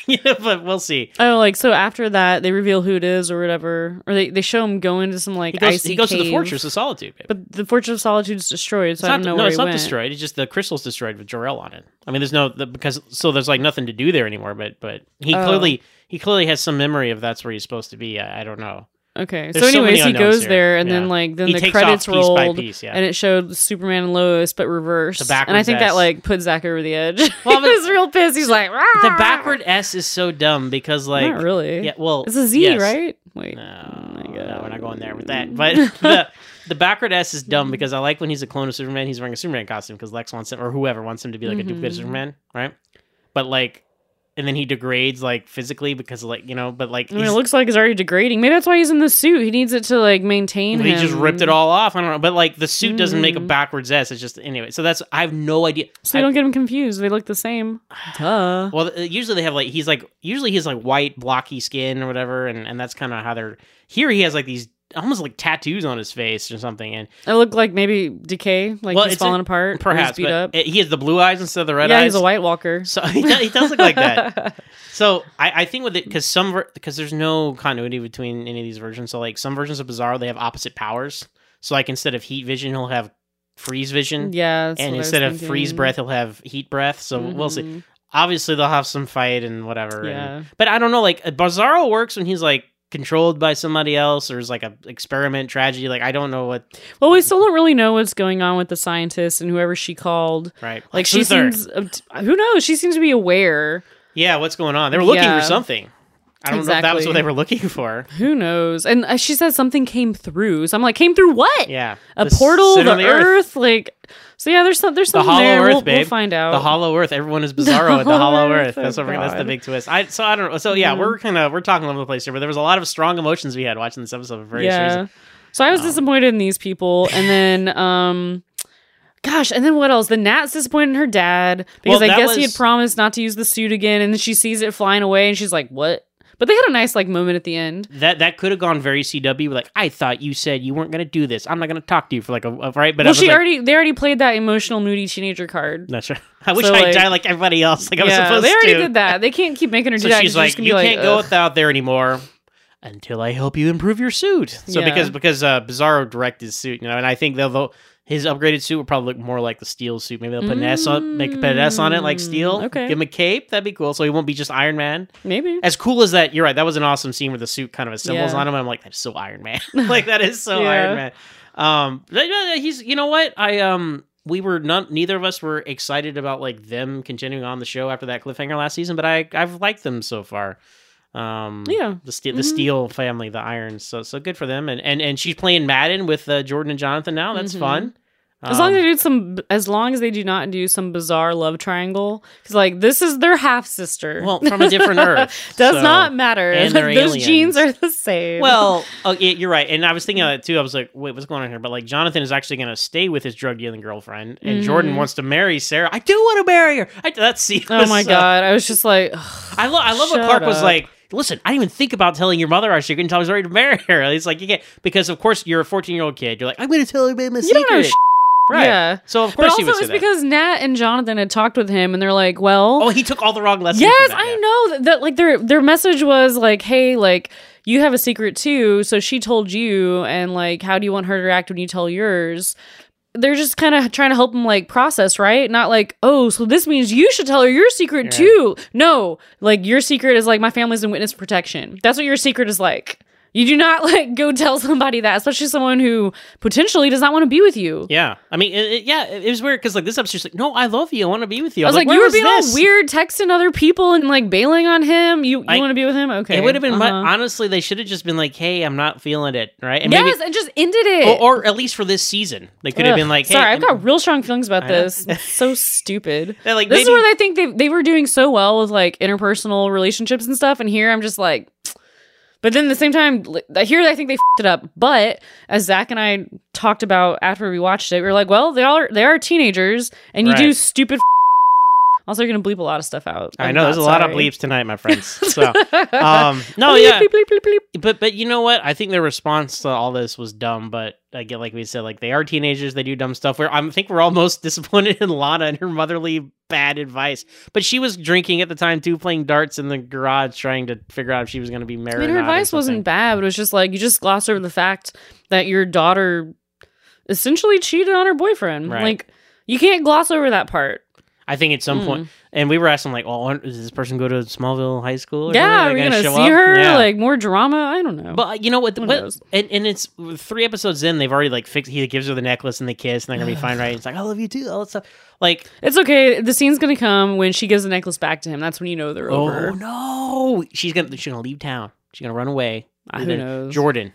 [SPEAKER 1] yeah, but we'll see.
[SPEAKER 2] Oh, like so after that they reveal who it is or whatever, or they, they show him go into some like
[SPEAKER 1] He goes.
[SPEAKER 2] icy
[SPEAKER 1] He goes to the
[SPEAKER 2] cave.
[SPEAKER 1] Fortress of Solitude. Babe.
[SPEAKER 2] but the Fortress of Solitude is destroyed,
[SPEAKER 1] it's
[SPEAKER 2] so I
[SPEAKER 1] not,
[SPEAKER 2] don't know
[SPEAKER 1] no,
[SPEAKER 2] where
[SPEAKER 1] it's
[SPEAKER 2] he
[SPEAKER 1] not
[SPEAKER 2] went.
[SPEAKER 1] destroyed. It's just the crystal's destroyed with Jor-El on it. I mean, there's no the, because so there's like nothing to do there anymore. But but he
[SPEAKER 2] Oh.
[SPEAKER 1] clearly he clearly has some memory of that's where he's supposed to be. I, I don't know.
[SPEAKER 2] Okay,
[SPEAKER 1] There's
[SPEAKER 2] so
[SPEAKER 1] so many
[SPEAKER 2] anyways, he
[SPEAKER 1] unknowns
[SPEAKER 2] goes
[SPEAKER 1] here.
[SPEAKER 2] there, and
[SPEAKER 1] Yeah.
[SPEAKER 2] then like then
[SPEAKER 1] he
[SPEAKER 2] the
[SPEAKER 1] takes
[SPEAKER 2] credits
[SPEAKER 1] off piece
[SPEAKER 2] rolled,
[SPEAKER 1] by piece. Yeah.
[SPEAKER 2] and it showed Superman and Lois, but reversed.
[SPEAKER 1] The
[SPEAKER 2] and I
[SPEAKER 1] backwards
[SPEAKER 2] think that
[SPEAKER 1] S.
[SPEAKER 2] like put Zach over the edge.
[SPEAKER 1] Well,
[SPEAKER 2] he
[SPEAKER 1] but-
[SPEAKER 2] was real pissed. He's like,
[SPEAKER 1] the
[SPEAKER 2] "Rah!"
[SPEAKER 1] backward S is so dumb because like
[SPEAKER 2] not really.
[SPEAKER 1] yeah, well
[SPEAKER 2] it's a Z,
[SPEAKER 1] yes.
[SPEAKER 2] right? Wait,
[SPEAKER 1] No,
[SPEAKER 2] my
[SPEAKER 1] no, we're
[SPEAKER 2] God.
[SPEAKER 1] not going there with that. But the the backward S is dumb because I like when he's a clone of Superman. He's wearing a Superman costume because Lex wants him or whoever wants him to be like a duplicate of
[SPEAKER 2] Mhm.
[SPEAKER 1] Superman, right? But like, and then he degrades like physically because like you know, but like
[SPEAKER 2] I mean,
[SPEAKER 1] he's-
[SPEAKER 2] it looks like it's already degrading. Maybe that's why he's in the suit. He needs it to like maintain.
[SPEAKER 1] Well, He just
[SPEAKER 2] him.
[SPEAKER 1] ripped it all off. I don't know, but like the suit doesn't make a
[SPEAKER 2] Mm.
[SPEAKER 1] backwards S. It's just anyway. So that's I have no idea.
[SPEAKER 2] so you
[SPEAKER 1] I-
[SPEAKER 2] don't get him confused. They look the same. Duh.
[SPEAKER 1] well, uh, usually they have like he's like usually he's like white blocky skin or whatever, and and that's kind of how they're here. He has like these almost like tattoos on his face or something, and
[SPEAKER 2] It looked like maybe decay, like
[SPEAKER 1] Well,
[SPEAKER 2] he's
[SPEAKER 1] it's
[SPEAKER 2] falling
[SPEAKER 1] a-
[SPEAKER 2] apart, or he's
[SPEAKER 1] perhaps
[SPEAKER 2] beat
[SPEAKER 1] but
[SPEAKER 2] up.
[SPEAKER 1] it- he has the blue eyes instead of the red
[SPEAKER 2] yeah,
[SPEAKER 1] eyes.
[SPEAKER 2] he's a White Walker.
[SPEAKER 1] So he does, he does look like that. So I, I think with it because some because there's no continuity between any of these versions. So like some versions of Bizarro, they have opposite powers. So like instead of heat vision, he'll have freeze vision.
[SPEAKER 2] Yeah. that's what
[SPEAKER 1] and
[SPEAKER 2] I was
[SPEAKER 1] instead of freeze
[SPEAKER 2] thinking.
[SPEAKER 1] breath, he'll have heat breath. So we'll see.
[SPEAKER 2] Mhm.
[SPEAKER 1] Obviously, they'll have some fight and whatever. and-
[SPEAKER 2] Yeah.
[SPEAKER 1] but I don't know. Like uh, Bizarro works when he's like controlled by somebody else, or is like a experiment tragedy. Like I don't know what.
[SPEAKER 2] Well, we still don't really know what's going on with the scientist and whoever she called.
[SPEAKER 1] Right.
[SPEAKER 2] Like she
[SPEAKER 1] Luther.
[SPEAKER 2] seems, uh, who knows? She seems to be aware.
[SPEAKER 1] Yeah. What's going on? They were looking
[SPEAKER 2] Yeah.
[SPEAKER 1] for something. I don't know if that was
[SPEAKER 2] Exactly.
[SPEAKER 1] what they were looking for.
[SPEAKER 2] Who knows? And uh, she said something came through. So I'm like, came through what?
[SPEAKER 1] Yeah.
[SPEAKER 2] A
[SPEAKER 1] The
[SPEAKER 2] portal,
[SPEAKER 1] sit
[SPEAKER 2] the,
[SPEAKER 1] on
[SPEAKER 2] earth. like. So yeah, there's some, there's
[SPEAKER 1] The
[SPEAKER 2] something
[SPEAKER 1] hollow
[SPEAKER 2] there.
[SPEAKER 1] earth,
[SPEAKER 2] we'll, we'll
[SPEAKER 1] babe.
[SPEAKER 2] find out.
[SPEAKER 1] The Hollow Earth. Everyone is Bizarro at the Hollow Earth.
[SPEAKER 2] Oh,
[SPEAKER 1] That's what we're, that's the
[SPEAKER 2] God.
[SPEAKER 1] big twist. I so I don't know. So yeah,
[SPEAKER 2] Yeah.
[SPEAKER 1] we're kind of we're talking all over the place here, but there was a lot of strong emotions we had watching this episode for various reasons.
[SPEAKER 2] So I was
[SPEAKER 1] Um,
[SPEAKER 2] disappointed in these people, and then um, gosh, and then what else? The Nat's disappointed in her dad because
[SPEAKER 1] Well,
[SPEAKER 2] I
[SPEAKER 1] that
[SPEAKER 2] guess he had
[SPEAKER 1] was-
[SPEAKER 2] promised not to use the suit again, and then she sees it flying away, and she's like, "What?" But they had a nice like moment at the end.
[SPEAKER 1] That that could have gone very CW. Like I thought you said you weren't going to do this. I'm not going to talk to you for like a, a right. But I
[SPEAKER 2] well,
[SPEAKER 1] was
[SPEAKER 2] she
[SPEAKER 1] like,
[SPEAKER 2] already they already played that emotional moody teenager card.
[SPEAKER 1] That's right. I wish
[SPEAKER 2] So,
[SPEAKER 1] I'd
[SPEAKER 2] like-
[SPEAKER 1] die like everybody else. Like I was
[SPEAKER 2] yeah,
[SPEAKER 1] supposed
[SPEAKER 2] they already
[SPEAKER 1] to.
[SPEAKER 2] did that. They can't keep making her do
[SPEAKER 1] So
[SPEAKER 2] that.
[SPEAKER 1] she's
[SPEAKER 2] 'cause
[SPEAKER 1] like,
[SPEAKER 2] gonna
[SPEAKER 1] you
[SPEAKER 2] be
[SPEAKER 1] can't go
[SPEAKER 2] "Ugh."
[SPEAKER 1] without there anymore until I help you improve your suit. So
[SPEAKER 2] Yeah.
[SPEAKER 1] because because uh, Bizarro directed his suit, you know, and I think they'll, they'll his upgraded suit will probably look more like the steel suit. Maybe they'll put an S on, make put an S on it like steel.
[SPEAKER 2] Mm, okay.
[SPEAKER 1] give him a cape. That'd be cool. So he won't be just Iron Man.
[SPEAKER 2] Maybe.
[SPEAKER 1] As cool as that, you're right. That was an awesome scene where the suit kind of assembles
[SPEAKER 2] Mm-hmm. Yeah.
[SPEAKER 1] on him. I'm like, that's so Iron Man. like that is so
[SPEAKER 2] Yeah.
[SPEAKER 1] Iron Man. Um, but, uh, he's you know what I um. We were not. Neither of us were excited about like them continuing on the show after that cliffhanger last season, but I I've liked them so far. Um,
[SPEAKER 2] Yeah.
[SPEAKER 1] the steel
[SPEAKER 2] Mhm.
[SPEAKER 1] the Steele family, the Irons. So so good for them. And and and she's playing Madden with uh, Jordan and Jonathan now. That's
[SPEAKER 2] Mhm.
[SPEAKER 1] fun.
[SPEAKER 2] As long
[SPEAKER 1] Um,
[SPEAKER 2] as they do some, as long as they do not do some bizarre love triangle, because like this is their half sister.
[SPEAKER 1] well from a different Earth
[SPEAKER 2] Does
[SPEAKER 1] so-
[SPEAKER 2] not matter.
[SPEAKER 1] and
[SPEAKER 2] Like,
[SPEAKER 1] they're
[SPEAKER 2] those genes
[SPEAKER 1] aliens.
[SPEAKER 2] are the same.
[SPEAKER 1] Well, oh, yeah, you're right. And I was thinking of that too. I was like, wait, what's going on here? But like, Jonathan is actually going to stay with his drug dealing girlfriend, and Jordan
[SPEAKER 2] Mhm.
[SPEAKER 1] wants to marry Sarah. I do want to marry her. I, that's see.
[SPEAKER 2] oh my god, I was just like, ugh.
[SPEAKER 1] I, lo- I love what
[SPEAKER 2] Shut
[SPEAKER 1] Clark was
[SPEAKER 2] up.
[SPEAKER 1] like. Listen, I didn't even think about telling your mother I should until I was ready to marry her. It's like you can't because of course you're a 14 year old kid. You're like, I'm going to tell everybody my
[SPEAKER 2] You don't
[SPEAKER 1] secret.
[SPEAKER 2] know sh-
[SPEAKER 1] right.
[SPEAKER 2] yeah.
[SPEAKER 1] So of
[SPEAKER 2] But
[SPEAKER 1] course
[SPEAKER 2] also,
[SPEAKER 1] he would say
[SPEAKER 2] it's
[SPEAKER 1] that.
[SPEAKER 2] because Nat and Jonathan had talked with him, and they're like, well,
[SPEAKER 1] oh, he took all the wrong lessons.
[SPEAKER 2] yes,
[SPEAKER 1] from that,
[SPEAKER 2] I
[SPEAKER 1] yeah.
[SPEAKER 2] know that, that. Like their their message was like, hey, like you have a secret too, so she told you, and like, how do you want her to react when you tell yours? They're just kind of trying to help him like process, right? Not like, oh, so this means you should tell her your secret
[SPEAKER 1] Yeah.
[SPEAKER 2] too. No, like your secret is like my family's in witness protection. That's what your secret is like. You do not like go tell somebody that, especially someone who potentially does not want to be with you.
[SPEAKER 1] Yeah, I mean, it, it- yeah, it, it was weird because like this episode's just like, no, I love you, I want to be with you.
[SPEAKER 2] I was like,
[SPEAKER 1] where
[SPEAKER 2] you were
[SPEAKER 1] was
[SPEAKER 2] being
[SPEAKER 1] this?
[SPEAKER 2] all weird, texting other people and like bailing on him. You you
[SPEAKER 1] Like,
[SPEAKER 2] want to be with him? Okay,
[SPEAKER 1] It would have been mu-
[SPEAKER 2] Uh-huh.
[SPEAKER 1] honestly. They should have just been like, "Hey, I'm not feeling it," right? And
[SPEAKER 2] yes, and just ended it.
[SPEAKER 1] maybe, or, or at least for this season, they could have
[SPEAKER 2] Ugh.
[SPEAKER 1] been like, "Hey,
[SPEAKER 2] sorry,
[SPEAKER 1] I'm-
[SPEAKER 2] I've got real strong feelings about
[SPEAKER 1] I know.
[SPEAKER 2] this. It's so stupid.
[SPEAKER 1] They're like,
[SPEAKER 2] This is
[SPEAKER 1] maybe-
[SPEAKER 2] where they think they they were doing so well with like interpersonal relationships and stuff, and here I'm just like. But then at the same time, li- here I think they fed it up. But as Zach and I talked about after we watched it, we were like, well, they are they are teenagers, and you do
[SPEAKER 1] Right.
[SPEAKER 2] stupid. also, you're gonna bleep a lot of stuff out.
[SPEAKER 1] I
[SPEAKER 2] I'm
[SPEAKER 1] know there's a
[SPEAKER 2] not
[SPEAKER 1] lot of
[SPEAKER 2] sorry.
[SPEAKER 1] bleeps tonight, my friends. So, um, no,
[SPEAKER 2] Bleep,
[SPEAKER 1] yeah,
[SPEAKER 2] bleep, bleep, bleep, bleep.
[SPEAKER 1] but but you know what? I think their response to all this was dumb. But again, like we said, like they are teenagers, they do dumb stuff. Where I think we're all most disappointed in Lana and her motherly bad advice. But she was drinking at the time too, playing darts in the garage, trying to figure out if she was going to be married.
[SPEAKER 2] I mean,
[SPEAKER 1] or
[SPEAKER 2] her
[SPEAKER 1] not or
[SPEAKER 2] advice
[SPEAKER 1] something.
[SPEAKER 2] wasn't bad, but it was just like you just gloss over the fact that your daughter essentially cheated on her boyfriend.
[SPEAKER 1] Right.
[SPEAKER 2] Like you can't gloss over that part.
[SPEAKER 1] I think at some point,
[SPEAKER 2] Hmm.
[SPEAKER 1] and we were asking like, "Oh, does this person go to Smallville High School?" Or
[SPEAKER 2] yeah, are
[SPEAKER 1] something?
[SPEAKER 2] we
[SPEAKER 1] Are they
[SPEAKER 2] gonna see
[SPEAKER 1] show up?
[SPEAKER 2] her?
[SPEAKER 1] Yeah.
[SPEAKER 2] Like more drama? I don't know.
[SPEAKER 1] but uh, you know what?
[SPEAKER 2] Who
[SPEAKER 1] what
[SPEAKER 2] knows?
[SPEAKER 1] and, and it's three episodes in, they've already like fixed. He gives her the necklace and the kiss, and they're gonna be fine, right? It's like, "I love you too," all that stuff. Like,
[SPEAKER 2] it's okay. The scene's gonna come when she gives the necklace back to him. That's when you know they're
[SPEAKER 1] oh
[SPEAKER 2] over.
[SPEAKER 1] no, she's gonna she's gonna leave town. She's gonna run away.
[SPEAKER 2] I-
[SPEAKER 1] with
[SPEAKER 2] Who
[SPEAKER 1] it.
[SPEAKER 2] knows?
[SPEAKER 1] Jordan.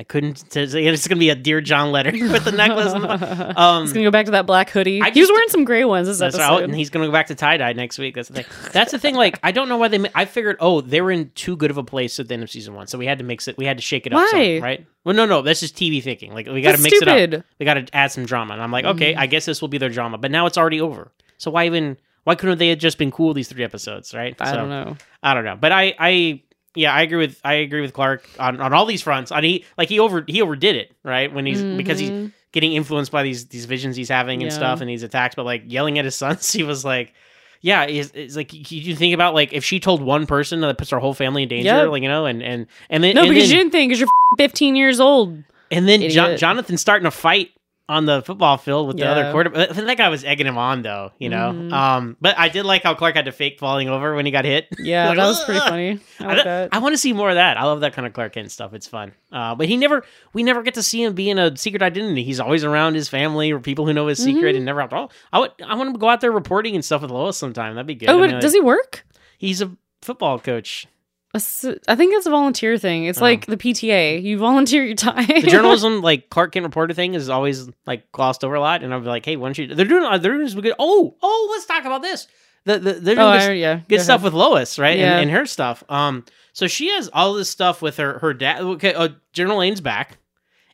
[SPEAKER 1] I couldn't. say It's gonna be a dear John letter with the necklace. And the, um,
[SPEAKER 2] He's gonna go back to that black hoodie.
[SPEAKER 1] I
[SPEAKER 2] he was
[SPEAKER 1] just-
[SPEAKER 2] wearing some gray ones this
[SPEAKER 1] That's
[SPEAKER 2] episode.
[SPEAKER 1] out, and he's going to go back to tie dye next week. That's the thing. That's the thing. Like, I don't know why they. ma- I figured, oh, they were in too good of a place at the end of season one, so we had to mix it. We had to shake it up. some,
[SPEAKER 2] Why?
[SPEAKER 1] right? Well, no, no. That's just TV thinking. Like, we got to
[SPEAKER 2] That's
[SPEAKER 1] mix it up.
[SPEAKER 2] stupid. Mm.
[SPEAKER 1] We got to add some drama. And I'm like, okay, I guess this will be their drama. But now it's already over. So why even? Why couldn't they have just been cool these three episodes? Right?
[SPEAKER 2] I
[SPEAKER 1] so,
[SPEAKER 2] don't know.
[SPEAKER 1] I don't know. But I, I, yeah, I agree with I agree with Clark on on all these fronts. And he like he over he overdid it right when he's because he's
[SPEAKER 2] Mhm.
[SPEAKER 1] getting influenced by these these visions he's having and
[SPEAKER 2] Yeah.
[SPEAKER 1] stuff and these attacks, but like yelling at his sons, he was like, yeah, it's, it's like you- you think about like if she told one person that puts our whole family in danger,
[SPEAKER 2] Yep.
[SPEAKER 1] like you know, and and and then
[SPEAKER 2] No,
[SPEAKER 1] and
[SPEAKER 2] because you
[SPEAKER 1] then,
[SPEAKER 2] didn't think because you're 15 years old.
[SPEAKER 1] and then Jo-
[SPEAKER 2] Idiot.
[SPEAKER 1] Jonathan starting a fight on the football field with the other
[SPEAKER 2] Yeah.
[SPEAKER 1] quarterback. That guy was egging him on though, you know.
[SPEAKER 2] Mhm.
[SPEAKER 1] Um, but I did like how Clark had to fake falling over when he got hit.
[SPEAKER 2] Yeah,
[SPEAKER 1] Like,
[SPEAKER 2] that was pretty
[SPEAKER 1] "Ugh."
[SPEAKER 2] funny. I
[SPEAKER 1] I,
[SPEAKER 2] like that.
[SPEAKER 1] want to see more of that. I love that kind of Clark Kent stuff. It's fun. Uh, but he never, we never get to see him being a secret identity. He's always around his family or people who know his secret
[SPEAKER 2] Mm-hmm.
[SPEAKER 1] and never out. Oh, I would, I want him to go out there reporting and stuff with Lois sometime. That'd be good.
[SPEAKER 2] Oh,
[SPEAKER 1] I
[SPEAKER 2] but
[SPEAKER 1] mean,
[SPEAKER 2] does he work?
[SPEAKER 1] He's a football coach.
[SPEAKER 2] A s- I think that's a volunteer thing. It's
[SPEAKER 1] Oh.
[SPEAKER 2] like the PTA. You volunteer your time.
[SPEAKER 1] The journalism, like Clark Kent reporter thing, is always like glossed over a lot. And I'm like, hey, why don't you? They're doing, they're doing some good. Oh, oh, let's talk about this. The, the, they're doing
[SPEAKER 2] oh,
[SPEAKER 1] this-
[SPEAKER 2] I- yeah.
[SPEAKER 1] good
[SPEAKER 2] go
[SPEAKER 1] stuff with
[SPEAKER 2] ahead.
[SPEAKER 1] Lois, right?
[SPEAKER 2] Yeah.
[SPEAKER 1] And, and her stuff. Um, so she has all this stuff with her her dad. Okay, uh, General Lane's back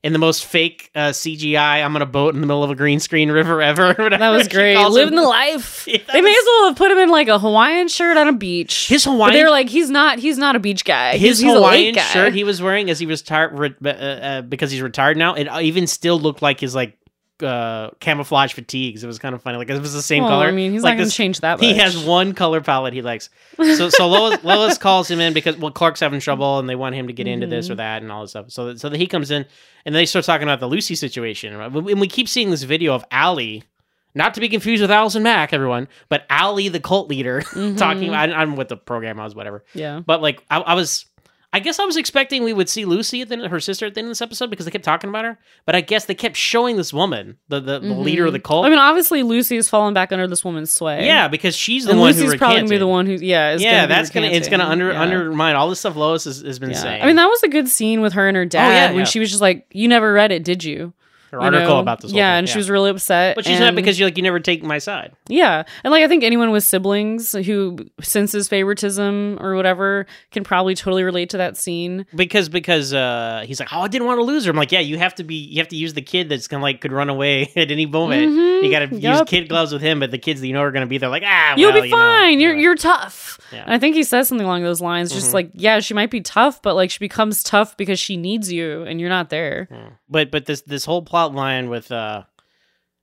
[SPEAKER 1] in the most fake uh, CGI. I'm on a boat in the middle of a green screen river ever. or whatever
[SPEAKER 2] That was
[SPEAKER 1] she
[SPEAKER 2] great.
[SPEAKER 1] calls
[SPEAKER 2] Living
[SPEAKER 1] him.
[SPEAKER 2] the life.
[SPEAKER 1] Yeah, that
[SPEAKER 2] they may
[SPEAKER 1] was-
[SPEAKER 2] as well have put him in like a Hawaiian shirt on a beach.
[SPEAKER 1] his
[SPEAKER 2] But
[SPEAKER 1] Hawaiian
[SPEAKER 2] they were like, he's not. He's not a beach guy.
[SPEAKER 1] his
[SPEAKER 2] he's, he's a
[SPEAKER 1] Hawaiian
[SPEAKER 2] lake guy.
[SPEAKER 1] shirt he was wearing as he was tar- re- uh, uh, because he's retired now. It uh, even still looked like his like uh camouflage fatigues. It was kind of funny. Like it was the same
[SPEAKER 2] well,
[SPEAKER 1] color.
[SPEAKER 2] I mean, he's
[SPEAKER 1] like
[SPEAKER 2] not going
[SPEAKER 1] this-
[SPEAKER 2] to change that. Much.
[SPEAKER 1] He has one color palette he likes. So so Lois, Lois calls him in because well Clark's having trouble and they want him to get into
[SPEAKER 2] Mm-hmm.
[SPEAKER 1] this or that and all this stuff. So that, so that he comes in and they start talking about the Lucy situation. right? And we keep seeing this video of Allie, not to be confused with Allison Mack, everyone, but Allie the cult leader talking. I, I don't know what the program was, whatever.
[SPEAKER 2] Mm-hmm. Yeah.
[SPEAKER 1] But like I, I was, I guess I was expecting we would see Lucy at the end, her sister at the end of this episode because they kept talking about her. But I guess they kept showing this woman, the the, the leader of the cult.
[SPEAKER 2] Mm-hmm. I mean, obviously Lucy has fallen back under this woman's sway.
[SPEAKER 1] yeah, because she's the
[SPEAKER 2] and
[SPEAKER 1] one
[SPEAKER 2] Lucy's
[SPEAKER 1] who
[SPEAKER 2] probably
[SPEAKER 1] recanted.
[SPEAKER 2] gonna be the one who. Yeah. Is
[SPEAKER 1] yeah,
[SPEAKER 2] gonna be
[SPEAKER 1] that's gonna it's gonna
[SPEAKER 2] recanting.
[SPEAKER 1] under
[SPEAKER 2] Yeah.
[SPEAKER 1] undermine all the stuff Lois has, has been
[SPEAKER 2] Yeah.
[SPEAKER 1] saying.
[SPEAKER 2] I mean, that was a good scene with her and her dad
[SPEAKER 1] Oh, yeah,
[SPEAKER 2] when
[SPEAKER 1] yeah.
[SPEAKER 2] she was just like, "You never read it, did you?"
[SPEAKER 1] her
[SPEAKER 2] You
[SPEAKER 1] article
[SPEAKER 2] know?
[SPEAKER 1] about this. whole
[SPEAKER 2] Yeah,
[SPEAKER 1] thing,
[SPEAKER 2] and she was really upset.
[SPEAKER 1] but she's
[SPEAKER 2] and-
[SPEAKER 1] not because you like you never take my side.
[SPEAKER 2] Yeah. And like I think anyone with siblings who senses favoritism or whatever can probably totally relate to that scene.
[SPEAKER 1] Because because uh, he's like, oh, I didn't want to lose her. I'm like, yeah, you have to be, you have to use the kid that's gonna like could run away at any moment.
[SPEAKER 2] Mhm.
[SPEAKER 1] You got to use
[SPEAKER 2] Yup.
[SPEAKER 1] kid gloves with him, but the kids that you know are gonna be there, like, ah,
[SPEAKER 2] You'll
[SPEAKER 1] well,
[SPEAKER 2] be
[SPEAKER 1] you know."
[SPEAKER 2] fine. You're
[SPEAKER 1] Yeah.
[SPEAKER 2] you're tough.
[SPEAKER 1] Yeah.
[SPEAKER 2] And I think he says something along those lines
[SPEAKER 1] Mhm.
[SPEAKER 2] just like, yeah, she might be tough, but like she becomes tough because she needs you and you're not there.
[SPEAKER 1] Yeah. But but this this whole plot line with uh,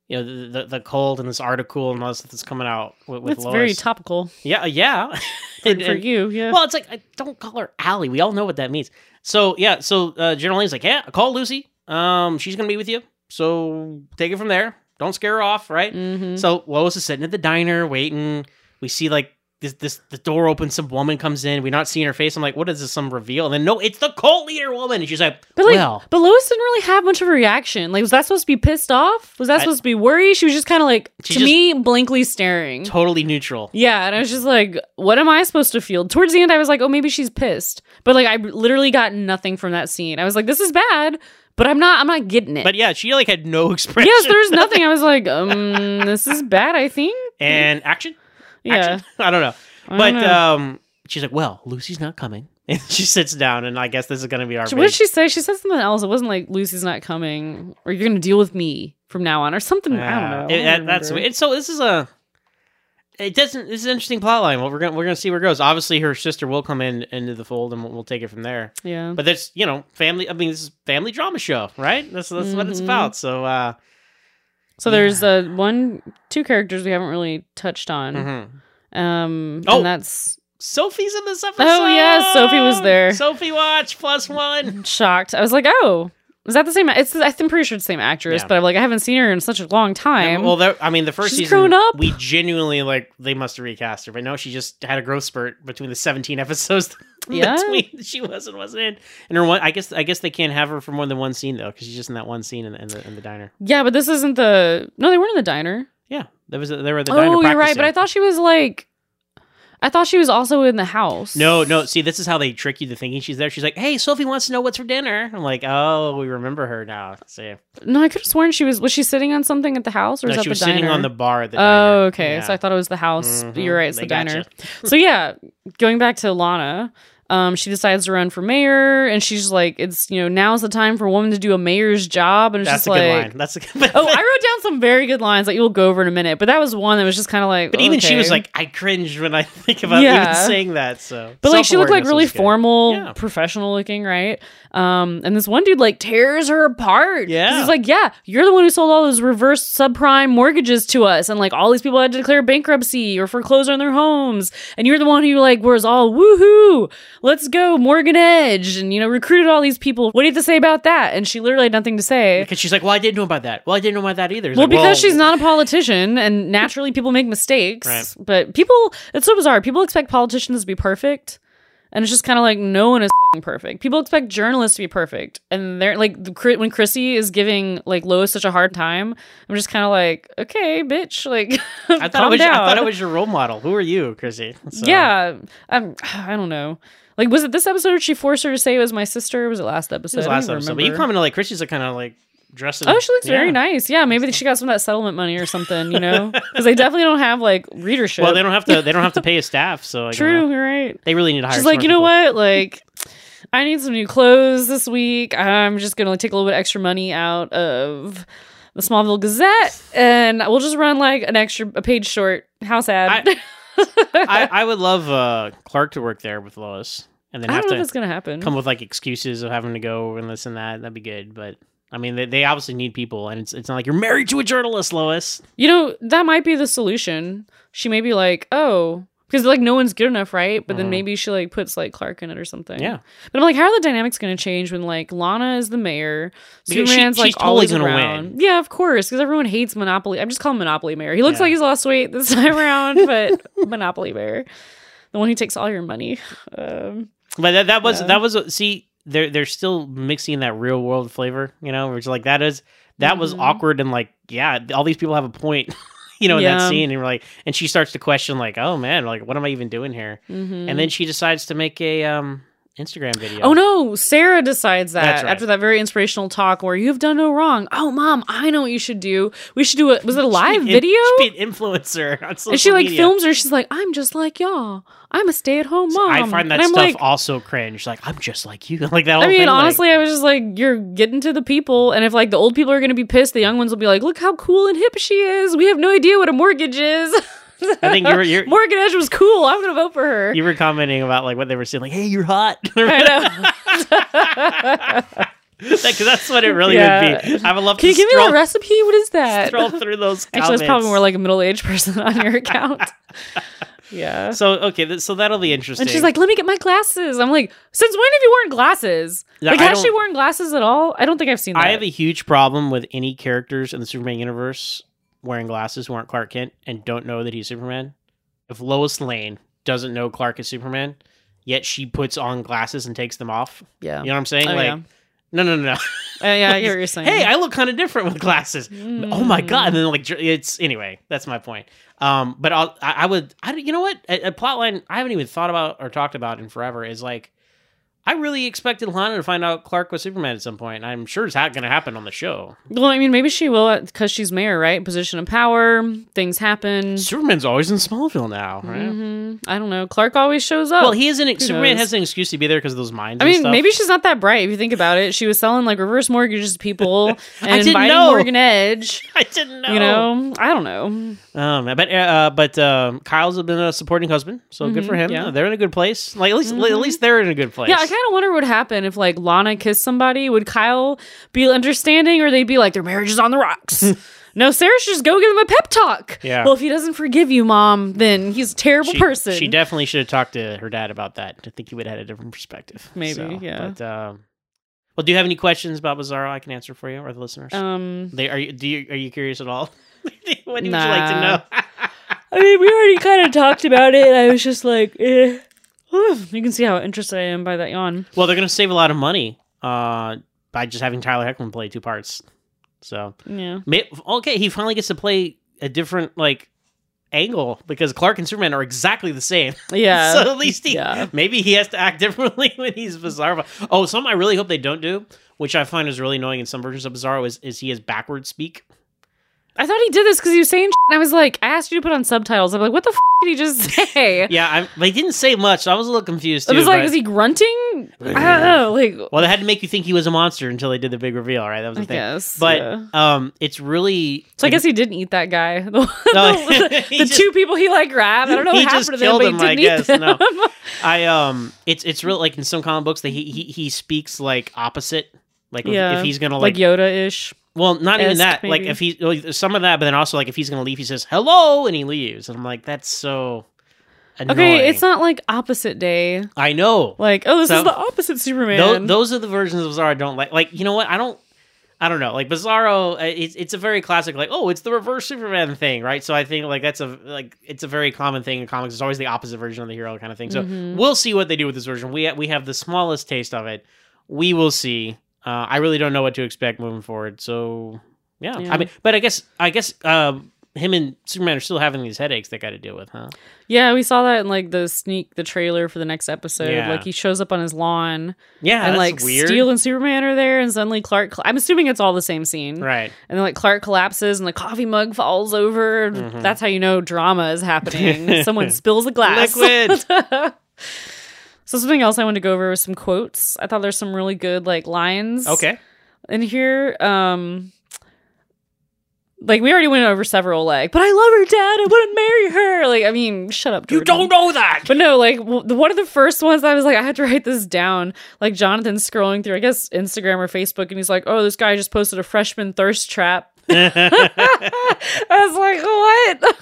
[SPEAKER 1] you know, the the, the cold and this article and all this stuff that's coming out with, with
[SPEAKER 2] That's
[SPEAKER 1] Lois.
[SPEAKER 2] very topical
[SPEAKER 1] Yeah, yeah.
[SPEAKER 2] for,
[SPEAKER 1] And-
[SPEAKER 2] for
[SPEAKER 1] and-
[SPEAKER 2] you. Yeah.
[SPEAKER 1] Well, it's like I don't call her Allie. We all know what that means. So yeah, so uh, General Lane's like, yeah, call Lucy. Um, she's gonna be with you. So take it from there. Don't scare her off, right?
[SPEAKER 2] Mhm.
[SPEAKER 1] So Lois is sitting at the diner waiting. We see like this, this the door opens. Some woman comes in. We're not seeing her face. I'm like, what is this? Some reveal? And then no, it's the cult leader woman. And she's like,
[SPEAKER 2] But like,
[SPEAKER 1] well,
[SPEAKER 2] but Lois didn't really have much of a reaction. Like, was that supposed to be pissed off? Was that
[SPEAKER 1] I-
[SPEAKER 2] supposed to be worried? She was just kind of like,
[SPEAKER 1] She
[SPEAKER 2] to
[SPEAKER 1] just-
[SPEAKER 2] me, blankly staring.
[SPEAKER 1] totally neutral.
[SPEAKER 2] Yeah, and I was just like, what am I supposed to feel? Towards the end, I was like, oh, maybe she's pissed, but like, I literally got nothing from that scene. I was like, this is bad, but I'm not, I'm not getting it.
[SPEAKER 1] But yeah, she like had no expression.
[SPEAKER 2] yes, there's nothing. I was like, um, this is bad. I think.
[SPEAKER 1] and action.
[SPEAKER 2] Yeah,
[SPEAKER 1] Action? I don't know.
[SPEAKER 2] I
[SPEAKER 1] but
[SPEAKER 2] don't know.
[SPEAKER 1] um, she's like, well, Lucy's not coming. And she sits down, and I guess this is gonna be our.
[SPEAKER 2] She- what did
[SPEAKER 1] big-
[SPEAKER 2] she say? She said something else. It wasn't like Lucy's not coming, or you're gonna deal with me from now on, or something. I don't
[SPEAKER 1] Yeah.
[SPEAKER 2] know. I
[SPEAKER 1] It-
[SPEAKER 2] don't
[SPEAKER 1] that- that's
[SPEAKER 2] remember.
[SPEAKER 1] weird. And so this is a. It doesn't. This is an interesting plot line. Well, we're gonna we're gonna see where it goes. Obviously, her sister will come in into the fold, and we'll, we'll take it from there.
[SPEAKER 2] Yeah.
[SPEAKER 1] But there's you know family. I mean, this is family drama show, right? That's that's what it's
[SPEAKER 2] Mhm.
[SPEAKER 1] about. So uh,
[SPEAKER 2] So there's uh one, two characters we haven't really touched on.
[SPEAKER 1] mhm.
[SPEAKER 2] Um,
[SPEAKER 1] Oh.
[SPEAKER 2] and that's
[SPEAKER 1] Sophie's in this episode.
[SPEAKER 2] Oh, yeah, Sophie was there.
[SPEAKER 1] Sophie watch plus one.
[SPEAKER 2] shocked. I was like, oh, is that the same? It's I'm pretty sure it's the same actress,
[SPEAKER 1] Yeah.
[SPEAKER 2] but I'm like, I haven't seen her in such a long time.
[SPEAKER 1] Well, there, I mean, the first
[SPEAKER 2] She's
[SPEAKER 1] season,
[SPEAKER 2] grown up.
[SPEAKER 1] we genuinely like they must have recast her, but no, she just had a growth spurt between the seventeen episodes
[SPEAKER 2] Yeah.
[SPEAKER 1] between she was and wasn't in. And her one, I guess, I guess they can't have her for more than one scene though, because she's just in that one scene in, the- in the in the diner.
[SPEAKER 2] yeah, but this isn't the. No, they weren't in the diner.
[SPEAKER 1] Yeah, there was a, they were at the diner.
[SPEAKER 2] oh, you're right. But
[SPEAKER 1] practicing.
[SPEAKER 2] I thought she was like. I thought she was also in the house.
[SPEAKER 1] No, no. See, this is how they trick you to thinking she's there. She's like, "Hey, Sophie wants to know what's for dinner." I'm like, "Oh, we remember her now." See,
[SPEAKER 2] no. I could have sworn she was. Was she sitting on something at the house, or
[SPEAKER 1] no,
[SPEAKER 2] is that
[SPEAKER 1] she
[SPEAKER 2] the
[SPEAKER 1] was
[SPEAKER 2] diner?
[SPEAKER 1] sitting on the bar at the. diner.
[SPEAKER 2] Oh, okay.
[SPEAKER 1] Yeah.
[SPEAKER 2] So I thought it was the house. but You're
[SPEAKER 1] Mhm.
[SPEAKER 2] right. It's
[SPEAKER 1] They
[SPEAKER 2] the
[SPEAKER 1] gotcha.
[SPEAKER 2] diner. so yeah, going back to Lana, um, she decides to run for mayor, and she's like, "It's you know now's the time for a woman to do a mayor's job," and it's
[SPEAKER 1] That's
[SPEAKER 2] just
[SPEAKER 1] a
[SPEAKER 2] like,
[SPEAKER 1] good line. That's a good.
[SPEAKER 2] oh, I wrote down some very good lines that you'll go over in a minute, but that was one that was just kind of like.
[SPEAKER 1] But even she was
[SPEAKER 2] okay.
[SPEAKER 1] like, I cringe when I think about even
[SPEAKER 2] Yeah.
[SPEAKER 1] saying that. So,
[SPEAKER 2] But like she looked like
[SPEAKER 1] Self-awareness
[SPEAKER 2] really
[SPEAKER 1] was good.
[SPEAKER 2] formal,
[SPEAKER 1] Yeah.
[SPEAKER 2] professional looking, right? Um, and this one dude like tears her apart. 'Cause
[SPEAKER 1] Yeah.
[SPEAKER 2] he's like, yeah, you're the one who sold all those reverse subprime mortgages to us, and like all these people had to declare bankruptcy or foreclose on their homes, and you're the one who like was all woohoo, let's go, Morgan Edge, and you know, recruited all these people. What do you have to say about that? And she literally had nothing to say.
[SPEAKER 1] Because she's like, well, I didn't know about that. Well, I didn't know about that either. It's
[SPEAKER 2] Well,
[SPEAKER 1] like,
[SPEAKER 2] because she's not a politician, and naturally people make mistakes.
[SPEAKER 1] Right.
[SPEAKER 2] But people, it's so bizarre. People expect politicians to be perfect, and it's just kind of like no one is f***ing perfect. People expect journalists to be perfect, and they're like the Chri- when Chrissy is giving like Lois such a hard time, I'm just kind of like, okay, bitch, like
[SPEAKER 1] I thought, it
[SPEAKER 2] calm
[SPEAKER 1] was, I
[SPEAKER 2] down.
[SPEAKER 1] thought it was your role model. Who are you, Chrissy? So-
[SPEAKER 2] Yeah, I'm, I don't know. Like, was it this episode? Where she forced her to say it was my sister. Or was it last episode?
[SPEAKER 1] It was
[SPEAKER 2] I don't
[SPEAKER 1] last
[SPEAKER 2] even
[SPEAKER 1] episode. But you
[SPEAKER 2] remember.
[SPEAKER 1] commented like Chrissy's kind of like dressed. in-
[SPEAKER 2] Oh, she looks very
[SPEAKER 1] Yeah.
[SPEAKER 2] nice. Yeah, maybe she got some of that settlement money or something, you know? Because they definitely don't have like readership.
[SPEAKER 1] Well, they don't have to. They don't have to pay a staff. So I don't
[SPEAKER 2] True,
[SPEAKER 1] know.
[SPEAKER 2] you're right.
[SPEAKER 1] They really need to hire.
[SPEAKER 2] She's like,
[SPEAKER 1] smart
[SPEAKER 2] you know
[SPEAKER 1] people.
[SPEAKER 2] what? Like, I need some new clothes this week. I'm just gonna like, take a little bit extra money out of the Smallville Gazette, and we'll just run like an extra a page short. How sad.
[SPEAKER 1] I- I, I would love uh, Clark to work there with Lois, and then
[SPEAKER 2] I
[SPEAKER 1] have
[SPEAKER 2] don't know if
[SPEAKER 1] to
[SPEAKER 2] that's gonna happen.
[SPEAKER 1] come with like excuses of having to go and this and that. That'd be good. But I mean, they, they obviously need people, and it's it's not like you're married to a journalist, Lois.
[SPEAKER 2] You know, that might be the solution. She may be like, oh, because like no one's good enough, right? But then
[SPEAKER 1] Mhm.
[SPEAKER 2] maybe she like puts like Clark in it or something.
[SPEAKER 1] Yeah,
[SPEAKER 2] But I'm like, how are the dynamics going to change when like Lana is the mayor?
[SPEAKER 1] Because she-
[SPEAKER 2] Superman's like
[SPEAKER 1] she's totally
[SPEAKER 2] always
[SPEAKER 1] gonna
[SPEAKER 2] around. Yeah, of course, because everyone hates Monopoly. I'm just calling him Monopoly Mayor. He looks
[SPEAKER 1] Yeah.
[SPEAKER 2] like he's lost weight this time around, but Monopoly Mayor, the one who takes all your money. Um,
[SPEAKER 1] but that, that was
[SPEAKER 2] Yeah.
[SPEAKER 1] that was uh, see they're they're still mixing that real world flavor, you know, which like that is that was
[SPEAKER 2] Mhm.
[SPEAKER 1] awkward and like yeah, all these people have a point. You know, in
[SPEAKER 2] Yeah.
[SPEAKER 1] that scene, and you're like, and she starts to question, like, "Oh man, like, what am I even doing here?"
[SPEAKER 2] mhm.
[SPEAKER 1] and then she decides to make a um Instagram video.
[SPEAKER 2] Oh no, Sarah decides that
[SPEAKER 1] That's right.
[SPEAKER 2] after that very inspirational talk where you've done no wrong. Oh mom, I know what you should do. We should do a was it a live
[SPEAKER 1] She'd be-
[SPEAKER 2] video?
[SPEAKER 1] She'd be an influencer on social
[SPEAKER 2] and she like
[SPEAKER 1] media.
[SPEAKER 2] films her. She's like, I'm just like y'all. I'm a stay at home mom.
[SPEAKER 1] I find that
[SPEAKER 2] and I'm
[SPEAKER 1] stuff
[SPEAKER 2] like,
[SPEAKER 1] also cringe. Like I'm just like you. Like that. Whole
[SPEAKER 2] I mean,
[SPEAKER 1] thing, like-
[SPEAKER 2] honestly, I was just like, you're getting to the people, and if like the old people are gonna be pissed, the young ones will be like, look how cool and hip she is. We have no idea what a mortgage is.
[SPEAKER 1] I think you were you're,
[SPEAKER 2] Morgan Edge was cool. I'm gonna vote for her.
[SPEAKER 1] you were commenting about like what they were saying. Like, hey, you're hot.
[SPEAKER 2] I know.
[SPEAKER 1] Because that's what it really would
[SPEAKER 2] Yeah.
[SPEAKER 1] be. I would love
[SPEAKER 2] Can
[SPEAKER 1] to
[SPEAKER 2] you give me
[SPEAKER 1] scroll,
[SPEAKER 2] that recipe? What is that?
[SPEAKER 1] scroll through those.
[SPEAKER 2] Actually,
[SPEAKER 1] comments.
[SPEAKER 2] that's probably more like a middle-aged person on your account. yeah.
[SPEAKER 1] So okay, th- so that'll be interesting.
[SPEAKER 2] And she's like, "Let me get my glasses." I'm like, "Since when have you worn glasses?
[SPEAKER 1] Yeah,
[SPEAKER 2] like,
[SPEAKER 1] I
[SPEAKER 2] has she
[SPEAKER 1] don't-
[SPEAKER 2] worn glasses at all? I don't think I've seen that."
[SPEAKER 1] I have a huge problem with any characters in the Superman universe wearing glasses who aren't Clark Kent and don't know that he's Superman. If Lois Lane doesn't know Clark is Superman, yet she puts on glasses and takes them off,
[SPEAKER 2] yeah.
[SPEAKER 1] you know what I'm saying?
[SPEAKER 2] Oh,
[SPEAKER 1] like,
[SPEAKER 2] yeah.
[SPEAKER 1] no, no, no, no.
[SPEAKER 2] Uh, yeah, I hear what you're Mm. saying.
[SPEAKER 1] hey, I look kind of different with glasses. Oh my god! And then like dr- it's anyway. That's my point. Um, but I'll, I, I would, I don't- you know what? A, a plot line I haven't even thought about or talked about in forever is like, I really expected Lana to find out Clark was Superman at some point. and I'm sure it's ha- going to happen on the show.
[SPEAKER 2] Well, I mean, maybe she will because she's mayor, right? Position of power, things happen.
[SPEAKER 1] Superman's always in Smallville now, right?
[SPEAKER 2] hmm I don't know. Clark always shows up.
[SPEAKER 1] Well, he is an Superman
[SPEAKER 2] knows?
[SPEAKER 1] has an excuse to be there because of those mines.
[SPEAKER 2] I
[SPEAKER 1] and
[SPEAKER 2] mean,
[SPEAKER 1] stuff.
[SPEAKER 2] maybe she's not that bright if you think about it. She was selling like reverse mortgages to people and
[SPEAKER 1] didn't
[SPEAKER 2] inviting
[SPEAKER 1] know. Oh.
[SPEAKER 2] Morgan Edge.
[SPEAKER 1] I didn't know.
[SPEAKER 2] You know, I don't know.
[SPEAKER 1] Um, but uh, uh, but um, Kyle's been a supporting husband, so good for
[SPEAKER 2] Mhm,
[SPEAKER 1] him.
[SPEAKER 2] yeah. Mm-hmm.
[SPEAKER 1] They're in a good place. Like at least at least they're in a good place.
[SPEAKER 2] Yeah, I kind of wonder what would happen if like Lana kissed somebody. Would Kyle be understanding, or they'd be like, their marriage is on the rocks? no, Sarah should just go give him a pep talk.
[SPEAKER 1] Yeah.
[SPEAKER 2] Well, if he doesn't forgive you, mom, then he's a terrible
[SPEAKER 1] she,
[SPEAKER 2] person.
[SPEAKER 1] She definitely should have talked to her dad about that. I think he would have had a different perspective.
[SPEAKER 2] Maybe, yeah.
[SPEAKER 1] But um, well, do you have any questions about Bizarro? I can answer for you or the listeners.
[SPEAKER 2] um.
[SPEAKER 1] they are you? Do you are you curious at all? what would you like to
[SPEAKER 2] Nah.
[SPEAKER 1] know?
[SPEAKER 2] I mean, we already kind of talked about it. And I was just like, eh. you can see how interested I am by that yawn.
[SPEAKER 1] well, they're going to save a lot of money uh, by just having Tyler Heckman play two parts. So
[SPEAKER 2] Yeah.
[SPEAKER 1] may- okay, he finally gets to play a different like angle because Clark and Superman are exactly the same.
[SPEAKER 2] Yeah.
[SPEAKER 1] so at least he
[SPEAKER 2] yeah.
[SPEAKER 1] maybe he has to act differently when he's Bizarro. Oh, something I really hope they don't do, which I find is really annoying in some versions of Bizarro, is is he has backward speak.
[SPEAKER 2] I thought he did this because he was saying shit, and I was like, I asked you to put on subtitles. I'm like, what the f- did he just say?
[SPEAKER 1] Yeah, I, they didn't say much. So I was a little confused
[SPEAKER 2] I
[SPEAKER 1] too.
[SPEAKER 2] was like,
[SPEAKER 1] but-
[SPEAKER 2] is he grunting? I don't know. Like,
[SPEAKER 1] well, they had to make you think he was a monster until they did the big reveal, right? That was the
[SPEAKER 2] I
[SPEAKER 1] thing.
[SPEAKER 2] guess.
[SPEAKER 1] But
[SPEAKER 2] yeah.
[SPEAKER 1] um, it's really
[SPEAKER 2] So I guess he didn't eat that guy. The,
[SPEAKER 1] No,
[SPEAKER 2] the-
[SPEAKER 1] he
[SPEAKER 2] the
[SPEAKER 1] just-
[SPEAKER 2] two people he like grabbed. I don't know what
[SPEAKER 1] He
[SPEAKER 2] happened
[SPEAKER 1] just
[SPEAKER 2] to them,
[SPEAKER 1] killed
[SPEAKER 2] but he
[SPEAKER 1] him,
[SPEAKER 2] didn't
[SPEAKER 1] I
[SPEAKER 2] eat
[SPEAKER 1] guess.
[SPEAKER 2] them.
[SPEAKER 1] No. I um, it's it's real like in some comic books that he he, he speaks like opposite. Like if-
[SPEAKER 2] Yeah.
[SPEAKER 1] if he's gonna like,
[SPEAKER 2] like Yoda ish.
[SPEAKER 1] well, not even
[SPEAKER 2] esque,
[SPEAKER 1] that. Like
[SPEAKER 2] maybe.
[SPEAKER 1] if he well, there's some of that, but then also like if he's gonna leave, he says hello and he leaves, and I'm like that's so
[SPEAKER 2] Okay,
[SPEAKER 1] Annoying.
[SPEAKER 2] it's not like opposite day.
[SPEAKER 1] I know.
[SPEAKER 2] Like, oh, this
[SPEAKER 1] So-
[SPEAKER 2] is the opposite Superman.
[SPEAKER 1] Tho- those are the versions of Bizarro I don't like. Like, you know what? I don't. I don't know. Like Bizarro, uh, it's it's a very classic. Like, oh, it's the reverse Superman thing, right? So I think like that's a like it's a very common thing in comics. It's always the opposite version of the hero kind of thing. So
[SPEAKER 2] Mhm.
[SPEAKER 1] we'll see what they do with this version. We we have the smallest taste of it. We will see. Uh, I really don't know what to expect moving forward. So yeah.
[SPEAKER 2] Yeah.
[SPEAKER 1] I mean, but I guess I guess um, him and Superman are still having these headaches they got to deal with, huh?
[SPEAKER 2] yeah, we saw that in like the sneak, the trailer for the next episode.
[SPEAKER 1] Yeah.
[SPEAKER 2] Like he shows up on his lawn,
[SPEAKER 1] Yeah,
[SPEAKER 2] and
[SPEAKER 1] that's
[SPEAKER 2] like
[SPEAKER 1] weird.
[SPEAKER 2] Steel and Superman are there, and suddenly Clark. I'm assuming it's all the same scene,
[SPEAKER 1] right.
[SPEAKER 2] and then like Clark collapses, and the coffee mug falls over. and
[SPEAKER 1] Mhm.
[SPEAKER 2] That's how you know drama is happening. Someone spills a glass.
[SPEAKER 1] Liquid.
[SPEAKER 2] So something else I wanted to go over was some quotes. I thought there's some really good like lines.
[SPEAKER 1] Okay.
[SPEAKER 2] in here. Um like we already went over several like, but I love her dad. I wouldn't marry her. Like I mean, shut up. Jordan.
[SPEAKER 1] know that.
[SPEAKER 2] But no, like w- the- one of the first ones I was like, I had to write this down. Like Jonathan's scrolling through, I guess Instagram or Facebook, and he's like, "Oh, this guy just posted a freshman thirst trap." I was like, "What?"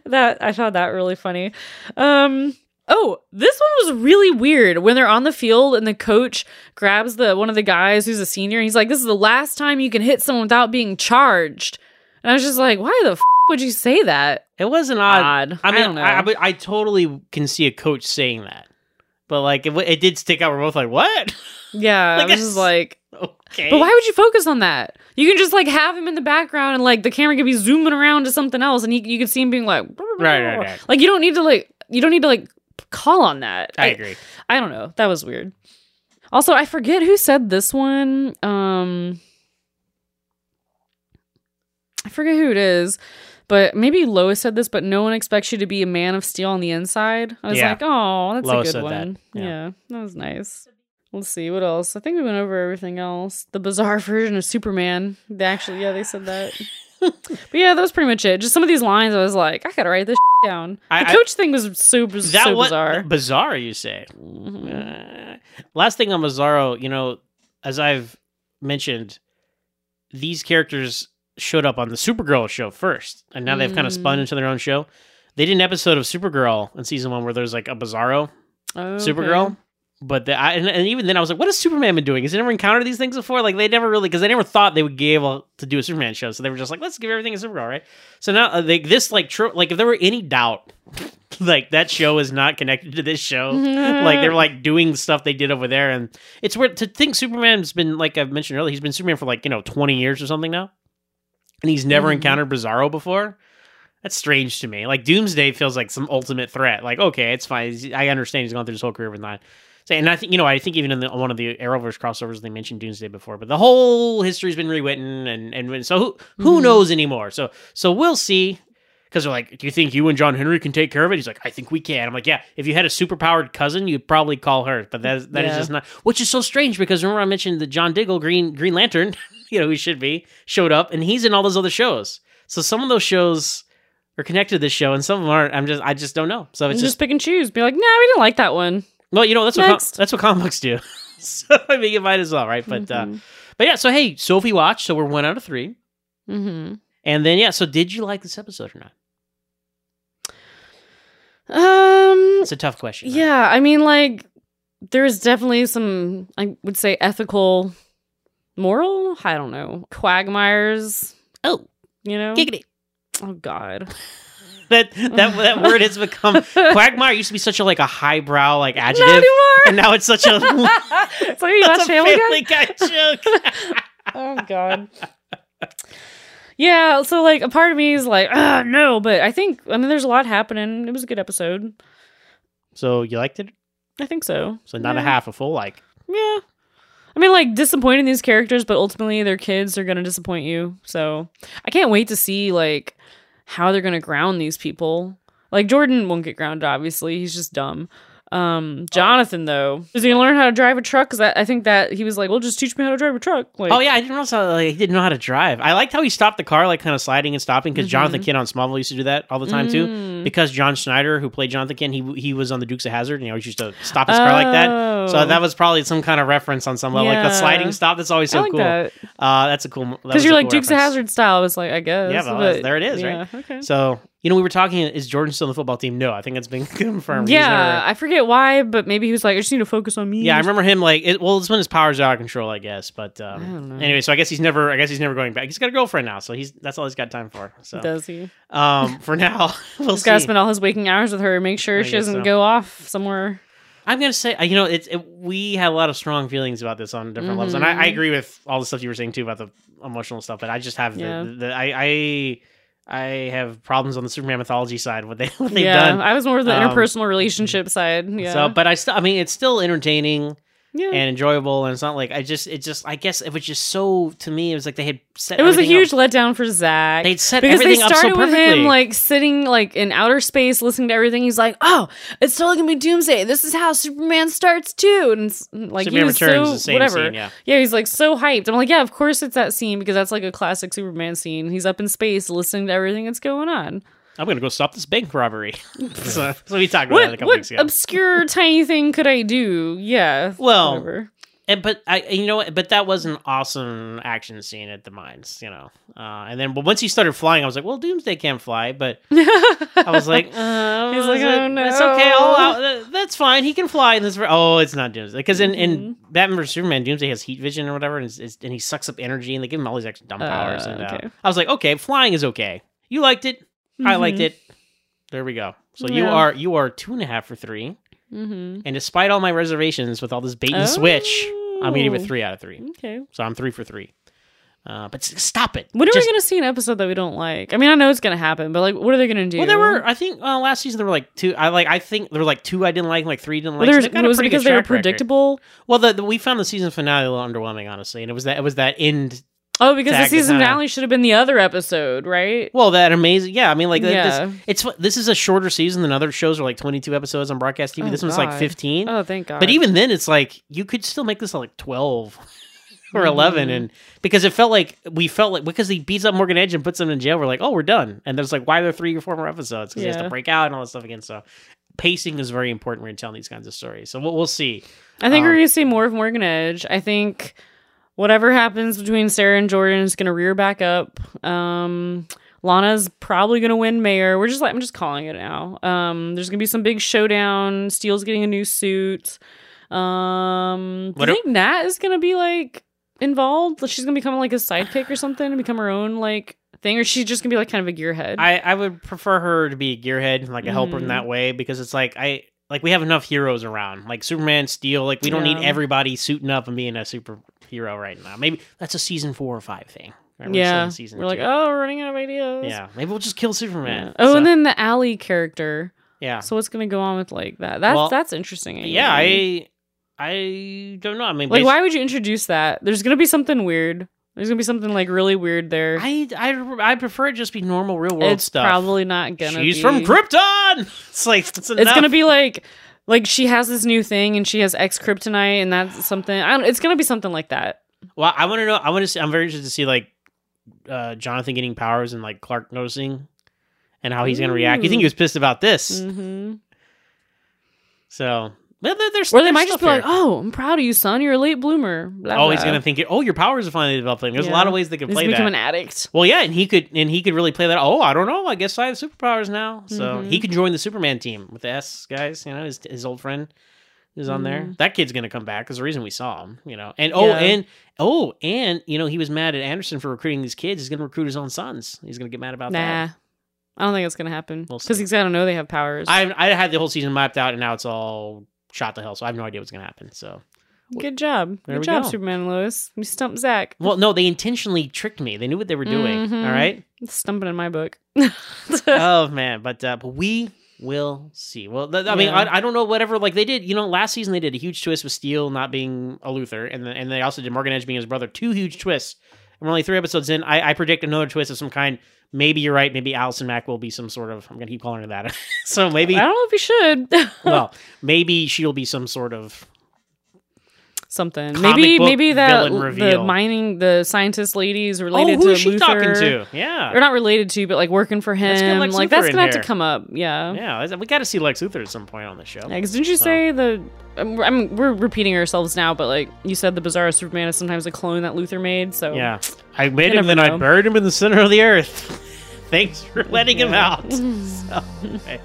[SPEAKER 2] that I found that really funny. Um, oh, this one was really weird. When they're on the field and the coach grabs the one of the guys who's a senior, and he's like, "This is the last time you can hit someone without being charged." And I was just like, "Why the f- would you say that?"
[SPEAKER 1] It was an odd.
[SPEAKER 2] Odd.
[SPEAKER 1] I mean, I,
[SPEAKER 2] don't know.
[SPEAKER 1] I, but I totally can see a coach saying that, but like it, w- it did stick out. We're both like, "What?
[SPEAKER 2] yeah,
[SPEAKER 1] Like,
[SPEAKER 2] I was just like.
[SPEAKER 1] okay."
[SPEAKER 2] But why would you focus on that? You can just like have him in the background and like the camera could be zooming around to something else and he, you could see him being like,
[SPEAKER 1] Right, right, right.
[SPEAKER 2] Like you don't need to like, you don't need to like call on that.
[SPEAKER 1] I agree.
[SPEAKER 2] I, don't know. That was weird. Also, I forget who said this one. Um, I forget who it is, but maybe Lois said this, but no one expects you to be a man of steel on the inside. I was
[SPEAKER 1] Yeah.
[SPEAKER 2] like, oh, that's
[SPEAKER 1] Lois
[SPEAKER 2] a
[SPEAKER 1] said
[SPEAKER 2] good
[SPEAKER 1] that.
[SPEAKER 2] one.
[SPEAKER 1] Yeah.
[SPEAKER 2] Yeah. that was nice. Let's see what else. I think we went over everything else. The bizarre version of Superman. They actually, yeah, they said that. but yeah, that was pretty much it. Just some of these lines, I was like, I gotta write this down.
[SPEAKER 1] I-
[SPEAKER 2] the
[SPEAKER 1] I-
[SPEAKER 2] coach thing was so, biz-
[SPEAKER 1] That
[SPEAKER 2] so
[SPEAKER 1] was
[SPEAKER 2] bizarre.
[SPEAKER 1] Bizarre, you say.
[SPEAKER 2] Mhm.
[SPEAKER 1] Uh, last thing on Bizarro, you know, as I've mentioned, these characters showed up on the Supergirl show first, and now they've kind of spun
[SPEAKER 2] Mm.
[SPEAKER 1] into their own show. They did an episode of Supergirl in season one where there's like a Bizarro,
[SPEAKER 2] Oh, Okay.
[SPEAKER 1] Supergirl. But the, I, and, and even then, I was like, "What has Superman been doing? Has he never encountered these things before? Like they never really, because they never thought they would be able to do a Superman show. So they were just like, let's give everything a Supergirl, right? So now, uh, they, this like, tro- like if there were any doubt, like that show is not connected to this show. like they were like doing stuff they did over there, and it's weird to think Superman's been like I've mentioned earlier, he's been Superman for like you know twenty years or something now, and he's never
[SPEAKER 2] Mhm.
[SPEAKER 1] encountered Bizarro before. That's strange to me. Like Doomsday feels like some ultimate threat. Like, okay, it's fine. He's- I understand he's gone through his whole career with that. So, and I think you know, I think even in the, one of the Arrowverse crossovers, they mentioned Doomsday before, but the whole history's been rewritten, and and so who who
[SPEAKER 2] Mhm.
[SPEAKER 1] knows anymore? So so we'll see. Because they're like, do you think you and John Henry can take care of it? He's like, I think we can. I'm like, yeah. If you had a superpowered cousin, you'd probably call her. But that is, that is
[SPEAKER 2] Yeah.
[SPEAKER 1] just not. Which is so strange because remember I mentioned that John Diggle, Green Green Lantern, you know, who he should be, showed up, and he's in all those other shows. So some of those shows are connected to this show, and some of them aren't. I'm just I just don't know. So
[SPEAKER 2] And
[SPEAKER 1] it's
[SPEAKER 2] just,
[SPEAKER 1] just
[SPEAKER 2] pick and choose. Be like, nah, we didn't like that one.
[SPEAKER 1] well, you know, that's what com-
[SPEAKER 2] Next.
[SPEAKER 1] that's what comic books do. so I mean, you might as well, right? But
[SPEAKER 2] Mm-hmm.
[SPEAKER 1] uh, but yeah. So hey, Sophie watched. So we're one out of three.
[SPEAKER 2] hmm
[SPEAKER 1] And then yeah. So did you like this episode or not?
[SPEAKER 2] um,
[SPEAKER 1] It's a tough question. right?
[SPEAKER 2] yeah, I mean, like, there's definitely some, I would say, ethical, moral. I don't know, quagmires.
[SPEAKER 1] Oh.
[SPEAKER 2] you know,
[SPEAKER 1] Giggity.
[SPEAKER 2] oh god,
[SPEAKER 1] that that that word has become quagmire used to be such a like a highbrow like
[SPEAKER 2] not
[SPEAKER 1] adjective
[SPEAKER 2] anymore.
[SPEAKER 1] and now it's such a
[SPEAKER 2] so you
[SPEAKER 1] that's
[SPEAKER 2] watch
[SPEAKER 1] a
[SPEAKER 2] Family Guy?
[SPEAKER 1] family guy joke
[SPEAKER 2] oh god yeah so like a part of me is like uh no but i think i mean there's a lot happening it was a good episode
[SPEAKER 1] so you liked it
[SPEAKER 2] i think so
[SPEAKER 1] so not a
[SPEAKER 2] Yeah.
[SPEAKER 1] half a full like
[SPEAKER 2] yeah i mean like disappointing these characters but ultimately their kids are gonna disappoint you so i can't wait to see like how they're gonna ground these people like jordan won't get grounded obviously he's just dumb um jonathan though is he gonna learn how to drive a truck because I, I think that he was like well just teach me how to drive a truck like
[SPEAKER 1] oh yeah i didn't realize how, like, he didn't know how to drive i liked how he stopped the car like kind of sliding and stopping because jonathan kidd on smallville used to do that all the time too
[SPEAKER 2] Mm.
[SPEAKER 1] because john schneider who played jonathan kidd he, he was on the dukes of hazard and he always used to stop his car like that so
[SPEAKER 2] Oh.
[SPEAKER 1] that was probably some kind of reference on some level like the
[SPEAKER 2] Yeah.
[SPEAKER 1] sliding stop that's always so
[SPEAKER 2] I like
[SPEAKER 1] cool
[SPEAKER 2] that.
[SPEAKER 1] uh that's a cool that was
[SPEAKER 2] because you're
[SPEAKER 1] a
[SPEAKER 2] like
[SPEAKER 1] cool
[SPEAKER 2] Dukes
[SPEAKER 1] reference.
[SPEAKER 2] of Hazard style. It's like I guess.
[SPEAKER 1] Yeah, but that's- there it is,
[SPEAKER 2] yeah,
[SPEAKER 1] right?
[SPEAKER 2] Okay.
[SPEAKER 1] So You know, we were talking. Is Jordan still on the football team? No, I think it's been confirmed. He's
[SPEAKER 2] yeah,
[SPEAKER 1] never-
[SPEAKER 2] I forget why, but maybe he was like, I just need to focus on me.
[SPEAKER 1] yeah, I remember him like. It, well, it's when his powers are out of control, I guess. But um,
[SPEAKER 2] I don't know.
[SPEAKER 1] anyway, so I guess he's never. I guess he's never going back. He's got a girlfriend now, so he's that's all he's got time for. So
[SPEAKER 2] Does he?
[SPEAKER 1] um, for now, we'll
[SPEAKER 2] He's got to
[SPEAKER 1] see.
[SPEAKER 2] spend all his waking hours with her, make
[SPEAKER 1] I
[SPEAKER 2] sure she
[SPEAKER 1] guess
[SPEAKER 2] doesn't
[SPEAKER 1] so.
[SPEAKER 2] go off somewhere.
[SPEAKER 1] I'm gonna say, uh, you know, it's it, we had a lot of strong feelings about this on different levels, and I, I
[SPEAKER 2] Mhm.
[SPEAKER 1] agree with all the stuff you were saying too about the emotional stuff. But I just have
[SPEAKER 2] Yeah.
[SPEAKER 1] the, the, I, I I have problems on the Superman mythology side what they what they've
[SPEAKER 2] yeah,
[SPEAKER 1] done.
[SPEAKER 2] I was more of the
[SPEAKER 1] Um,
[SPEAKER 2] interpersonal relationship side. Yeah,
[SPEAKER 1] So, but I still, I mean, it's still entertaining
[SPEAKER 2] yeah.
[SPEAKER 1] and enjoyable, and it's not like I just, it just, I guess it was just so to me, it was like they had set.
[SPEAKER 2] it was a
[SPEAKER 1] everything
[SPEAKER 2] huge
[SPEAKER 1] up.
[SPEAKER 2] letdown for Zach.
[SPEAKER 1] They'd set
[SPEAKER 2] because they
[SPEAKER 1] everything up so
[SPEAKER 2] started with him
[SPEAKER 1] perfectly.
[SPEAKER 2] like sitting like in outer space listening to everything he's like oh it's totally gonna be doomsday this is how superman starts too and it's, like
[SPEAKER 1] Superman
[SPEAKER 2] he was
[SPEAKER 1] Returns
[SPEAKER 2] so
[SPEAKER 1] is the same
[SPEAKER 2] whatever
[SPEAKER 1] scene, yeah.
[SPEAKER 2] he's like so hyped i'm like yeah of course it's that scene because that's like a classic superman scene he's up in space listening to everything that's going on
[SPEAKER 1] I'm gonna go stop this bank robbery. so, so we talked about that a
[SPEAKER 2] what
[SPEAKER 1] couple weeks
[SPEAKER 2] what
[SPEAKER 1] ago.
[SPEAKER 2] obscure tiny thing could i do yeah
[SPEAKER 1] Well,
[SPEAKER 2] whatever.
[SPEAKER 1] And but I, you know, what, but that was an awesome action scene at the mines, you know. Uh, and then, but once he started flying, I was like, "Well, Doomsday can't fly," but
[SPEAKER 2] Mm-hmm.
[SPEAKER 1] I was like, uh,
[SPEAKER 2] He's like,
[SPEAKER 1] is it-
[SPEAKER 2] "Oh, no."
[SPEAKER 1] it's okay. I'll, I'll- that- that's fine. He can fly in this." ver- Oh, it's not Doomsday because in, in
[SPEAKER 2] Mm-hmm.
[SPEAKER 1] Batman vs Superman, Doomsday has heat vision or whatever, and, it's, it's- and he sucks up energy, and they give him all these extra dumb
[SPEAKER 2] Uh,
[SPEAKER 1] powers. and, uh,
[SPEAKER 2] okay.
[SPEAKER 1] I was like, "Okay, flying is okay. You liked it. I liked
[SPEAKER 2] Mhm.
[SPEAKER 1] it. There we go." So you
[SPEAKER 2] Yeah.
[SPEAKER 1] are you are two and a half for three,
[SPEAKER 2] mm-hmm.
[SPEAKER 1] and despite all my reservations with all this bait and switch. I'm eating with three out of three.
[SPEAKER 2] Oh, okay
[SPEAKER 1] So I'm three for three. Uh, but s- stop it.
[SPEAKER 2] when are
[SPEAKER 1] Just-
[SPEAKER 2] we gonna see an episode that we don't like? I mean, I know it's gonna happen, but like, what are they gonna do?
[SPEAKER 1] Well, there were. I think uh, last season there were like two. I like. I think there were like two I didn't like, and like three didn't like.
[SPEAKER 2] Well, there's,
[SPEAKER 1] so they've got a
[SPEAKER 2] was it
[SPEAKER 1] pretty good
[SPEAKER 2] because they were
[SPEAKER 1] track record.
[SPEAKER 2] predictable?
[SPEAKER 1] Well, the, the- we found the season finale a little underwhelming, honestly, and it was that it was that end.
[SPEAKER 2] Oh, because the
[SPEAKER 1] Tag,
[SPEAKER 2] season
[SPEAKER 1] huh?
[SPEAKER 2] finale should have been the other episode, right?
[SPEAKER 1] Well, that amazing. Yeah, I mean, like
[SPEAKER 2] Yeah.
[SPEAKER 1] this. It's this is a shorter season than other shows are like 22 episodes on broadcast TV.
[SPEAKER 2] Oh,
[SPEAKER 1] this one's like
[SPEAKER 2] God.
[SPEAKER 1] 15.
[SPEAKER 2] Oh, thank God.
[SPEAKER 1] but even then, it's like you could still make this like 12 or 11,
[SPEAKER 2] Mhm.
[SPEAKER 1] and because it felt like we felt like because he beats up Morgan Edge and puts him in jail, we're like, oh, we're done. And there's like, why are there three or four more episodes? Because he has to
[SPEAKER 2] Yeah.
[SPEAKER 1] break out and all that stuff again. So pacing is very important when you're telling these kinds of stories. So we'll, we'll see.
[SPEAKER 2] I think
[SPEAKER 1] um,
[SPEAKER 2] we're gonna see more of Morgan Edge. I think whatever happens between Sarah and Jordan is gonna rear back up. Um, Lana's probably gonna win mayor. We're just like I'm just calling it now. Um, there's gonna be some big showdown. Steele's getting a new suit. Um, do
[SPEAKER 1] What
[SPEAKER 2] you
[SPEAKER 1] a-
[SPEAKER 2] think Nat is gonna be like involved? Like, She's gonna become like a sidekick or something and become her own like thing, or she's just gonna be like kind of a gearhead.
[SPEAKER 1] I, I would prefer her to be a gearhead, like a helper in
[SPEAKER 2] Mhm.
[SPEAKER 1] that way, because it's like I like we have enough heroes around, like Superman, Steel. Like we don't need
[SPEAKER 2] Yeah.
[SPEAKER 1] everybody suiting up and being a superhero right now. Maybe that's a season four or five thing. right? We're still in
[SPEAKER 2] yeah,
[SPEAKER 1] season
[SPEAKER 2] we're like,
[SPEAKER 1] two.
[SPEAKER 2] oh, we're running out of ideas.
[SPEAKER 1] yeah, maybe we'll just kill Superman.
[SPEAKER 2] Yeah. Oh,
[SPEAKER 1] So,
[SPEAKER 2] and then the Alley character.
[SPEAKER 1] yeah,
[SPEAKER 2] So what's gonna go on with like that? That's
[SPEAKER 1] Well,
[SPEAKER 2] that's interesting.
[SPEAKER 1] yeah. I
[SPEAKER 2] anyway.
[SPEAKER 1] I don't know. I mean,
[SPEAKER 2] like
[SPEAKER 1] basi-
[SPEAKER 2] why would you introduce that? There's gonna be something weird. There's gonna be something like really weird there.
[SPEAKER 1] I I I prefer it just be normal real world
[SPEAKER 2] it's
[SPEAKER 1] stuff.
[SPEAKER 2] probably not gonna.
[SPEAKER 1] She's
[SPEAKER 2] be.
[SPEAKER 1] from Krypton. It's like it's,
[SPEAKER 2] It's gonna be like like she has this new thing and she has ex kryptonite and that's something. I don't. It's gonna be something like that.
[SPEAKER 1] Well, I want to know. I want to. see I'm very interested to see like uh, Jonathan getting powers and like Clark noticing and how he's going to react. You think he
[SPEAKER 2] Ooh.
[SPEAKER 1] was pissed about this?
[SPEAKER 2] hmm
[SPEAKER 1] So, but there- there's
[SPEAKER 2] Or they
[SPEAKER 1] there's
[SPEAKER 2] might just be
[SPEAKER 1] stuff
[SPEAKER 2] like,
[SPEAKER 1] here.
[SPEAKER 2] "Oh, I'm proud of you, son. You're a late bloomer." Blah,
[SPEAKER 1] oh, he's
[SPEAKER 2] blah.
[SPEAKER 1] going to think, it- oh, your powers are finally developing. There's a lot
[SPEAKER 2] Yeah.
[SPEAKER 1] of ways they could
[SPEAKER 2] He's
[SPEAKER 1] play
[SPEAKER 2] gonna become
[SPEAKER 1] that.
[SPEAKER 2] an addict.
[SPEAKER 1] well, yeah, and he could, and he could really play that. Oh, I don't know. I guess I have superpowers now, so
[SPEAKER 2] Mhm.
[SPEAKER 1] he can join the Superman team with the S guys. You know, his his old friend who's on there.
[SPEAKER 2] Mhm.
[SPEAKER 1] That kid's gonna come back. Is the reason we saw him. You know, and oh,
[SPEAKER 2] Yeah.
[SPEAKER 1] and oh, and you know, he was mad at Anderson for recruiting these kids. He's gonna recruit his own sons. He's gonna get mad about that.
[SPEAKER 2] Nah, I don't think it's gonna happen
[SPEAKER 1] We'll
[SPEAKER 2] because
[SPEAKER 1] see.
[SPEAKER 2] he's gotta know they have powers.
[SPEAKER 1] I I had the whole season mapped out, and now it's all shot to hell. So I have no idea what's going to happen. So,
[SPEAKER 2] Good job.
[SPEAKER 1] There we
[SPEAKER 2] Good job,
[SPEAKER 1] go.
[SPEAKER 2] Superman and Lois. You stumped Zach.
[SPEAKER 1] well, no, they intentionally tricked me. They knew what they were doing.
[SPEAKER 2] Mhm.
[SPEAKER 1] all right.
[SPEAKER 2] It's stumping in my book.
[SPEAKER 1] oh man, but uh, but we will see. Well, th- I mean,
[SPEAKER 2] Yeah.
[SPEAKER 1] I, I don't know. Whatever, like they did. You know, last season they did a huge twist with Steel not being a Luther, and then and they also did Morgan Edge being his brother. Two huge twists. And we're only three episodes in. I, I predict another twist of some kind. Maybe you're right. Maybe Allison Mack will be some sort of. I'm gonna keep calling her that. so maybe.
[SPEAKER 2] I don't know if you should.
[SPEAKER 1] Well, maybe she'll be some sort of
[SPEAKER 2] Something.
[SPEAKER 1] comic
[SPEAKER 2] Maybe
[SPEAKER 1] book
[SPEAKER 2] maybe that
[SPEAKER 1] villain
[SPEAKER 2] the
[SPEAKER 1] reveal.
[SPEAKER 2] mining the scientist ladies
[SPEAKER 1] oh,
[SPEAKER 2] related
[SPEAKER 1] who
[SPEAKER 2] to
[SPEAKER 1] is she
[SPEAKER 2] Luther.
[SPEAKER 1] talking to? Yeah,
[SPEAKER 2] Or not related to, but like working for
[SPEAKER 1] Let's get
[SPEAKER 2] him.
[SPEAKER 1] Lex
[SPEAKER 2] like
[SPEAKER 1] Luthor
[SPEAKER 2] that's
[SPEAKER 1] in
[SPEAKER 2] gonna have
[SPEAKER 1] here.
[SPEAKER 2] to come up. Yeah. yeah.
[SPEAKER 1] yeah. We got to see Lex Luthor at some point on the show.
[SPEAKER 2] 'cause didn't you
[SPEAKER 1] So-
[SPEAKER 2] say the? I'm, I'm we're repeating ourselves now, but like you said, the Bizarro Superman is sometimes a clone that Luther made. So
[SPEAKER 1] Yeah, I made
[SPEAKER 2] You
[SPEAKER 1] him, then
[SPEAKER 2] never
[SPEAKER 1] I
[SPEAKER 2] know.
[SPEAKER 1] buried him in the center of the earth. thanks for letting him
[SPEAKER 2] Yeah.
[SPEAKER 1] out. So, okay.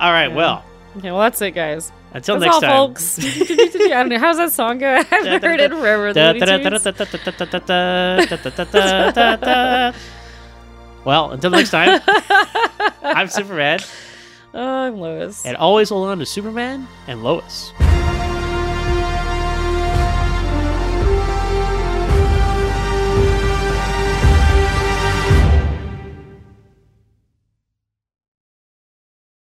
[SPEAKER 1] All right,
[SPEAKER 2] Yeah.
[SPEAKER 1] well,
[SPEAKER 2] Okay, well that's it, guys.
[SPEAKER 1] until
[SPEAKER 2] that's all, folks.
[SPEAKER 1] next time.
[SPEAKER 2] I don't know how's that song go. I haven't heard it forever. The Looney Tunes.
[SPEAKER 1] Well, until next time, I'm Superman,
[SPEAKER 2] Oh, I'm Lois.
[SPEAKER 1] and always hold on to Superman and Lois.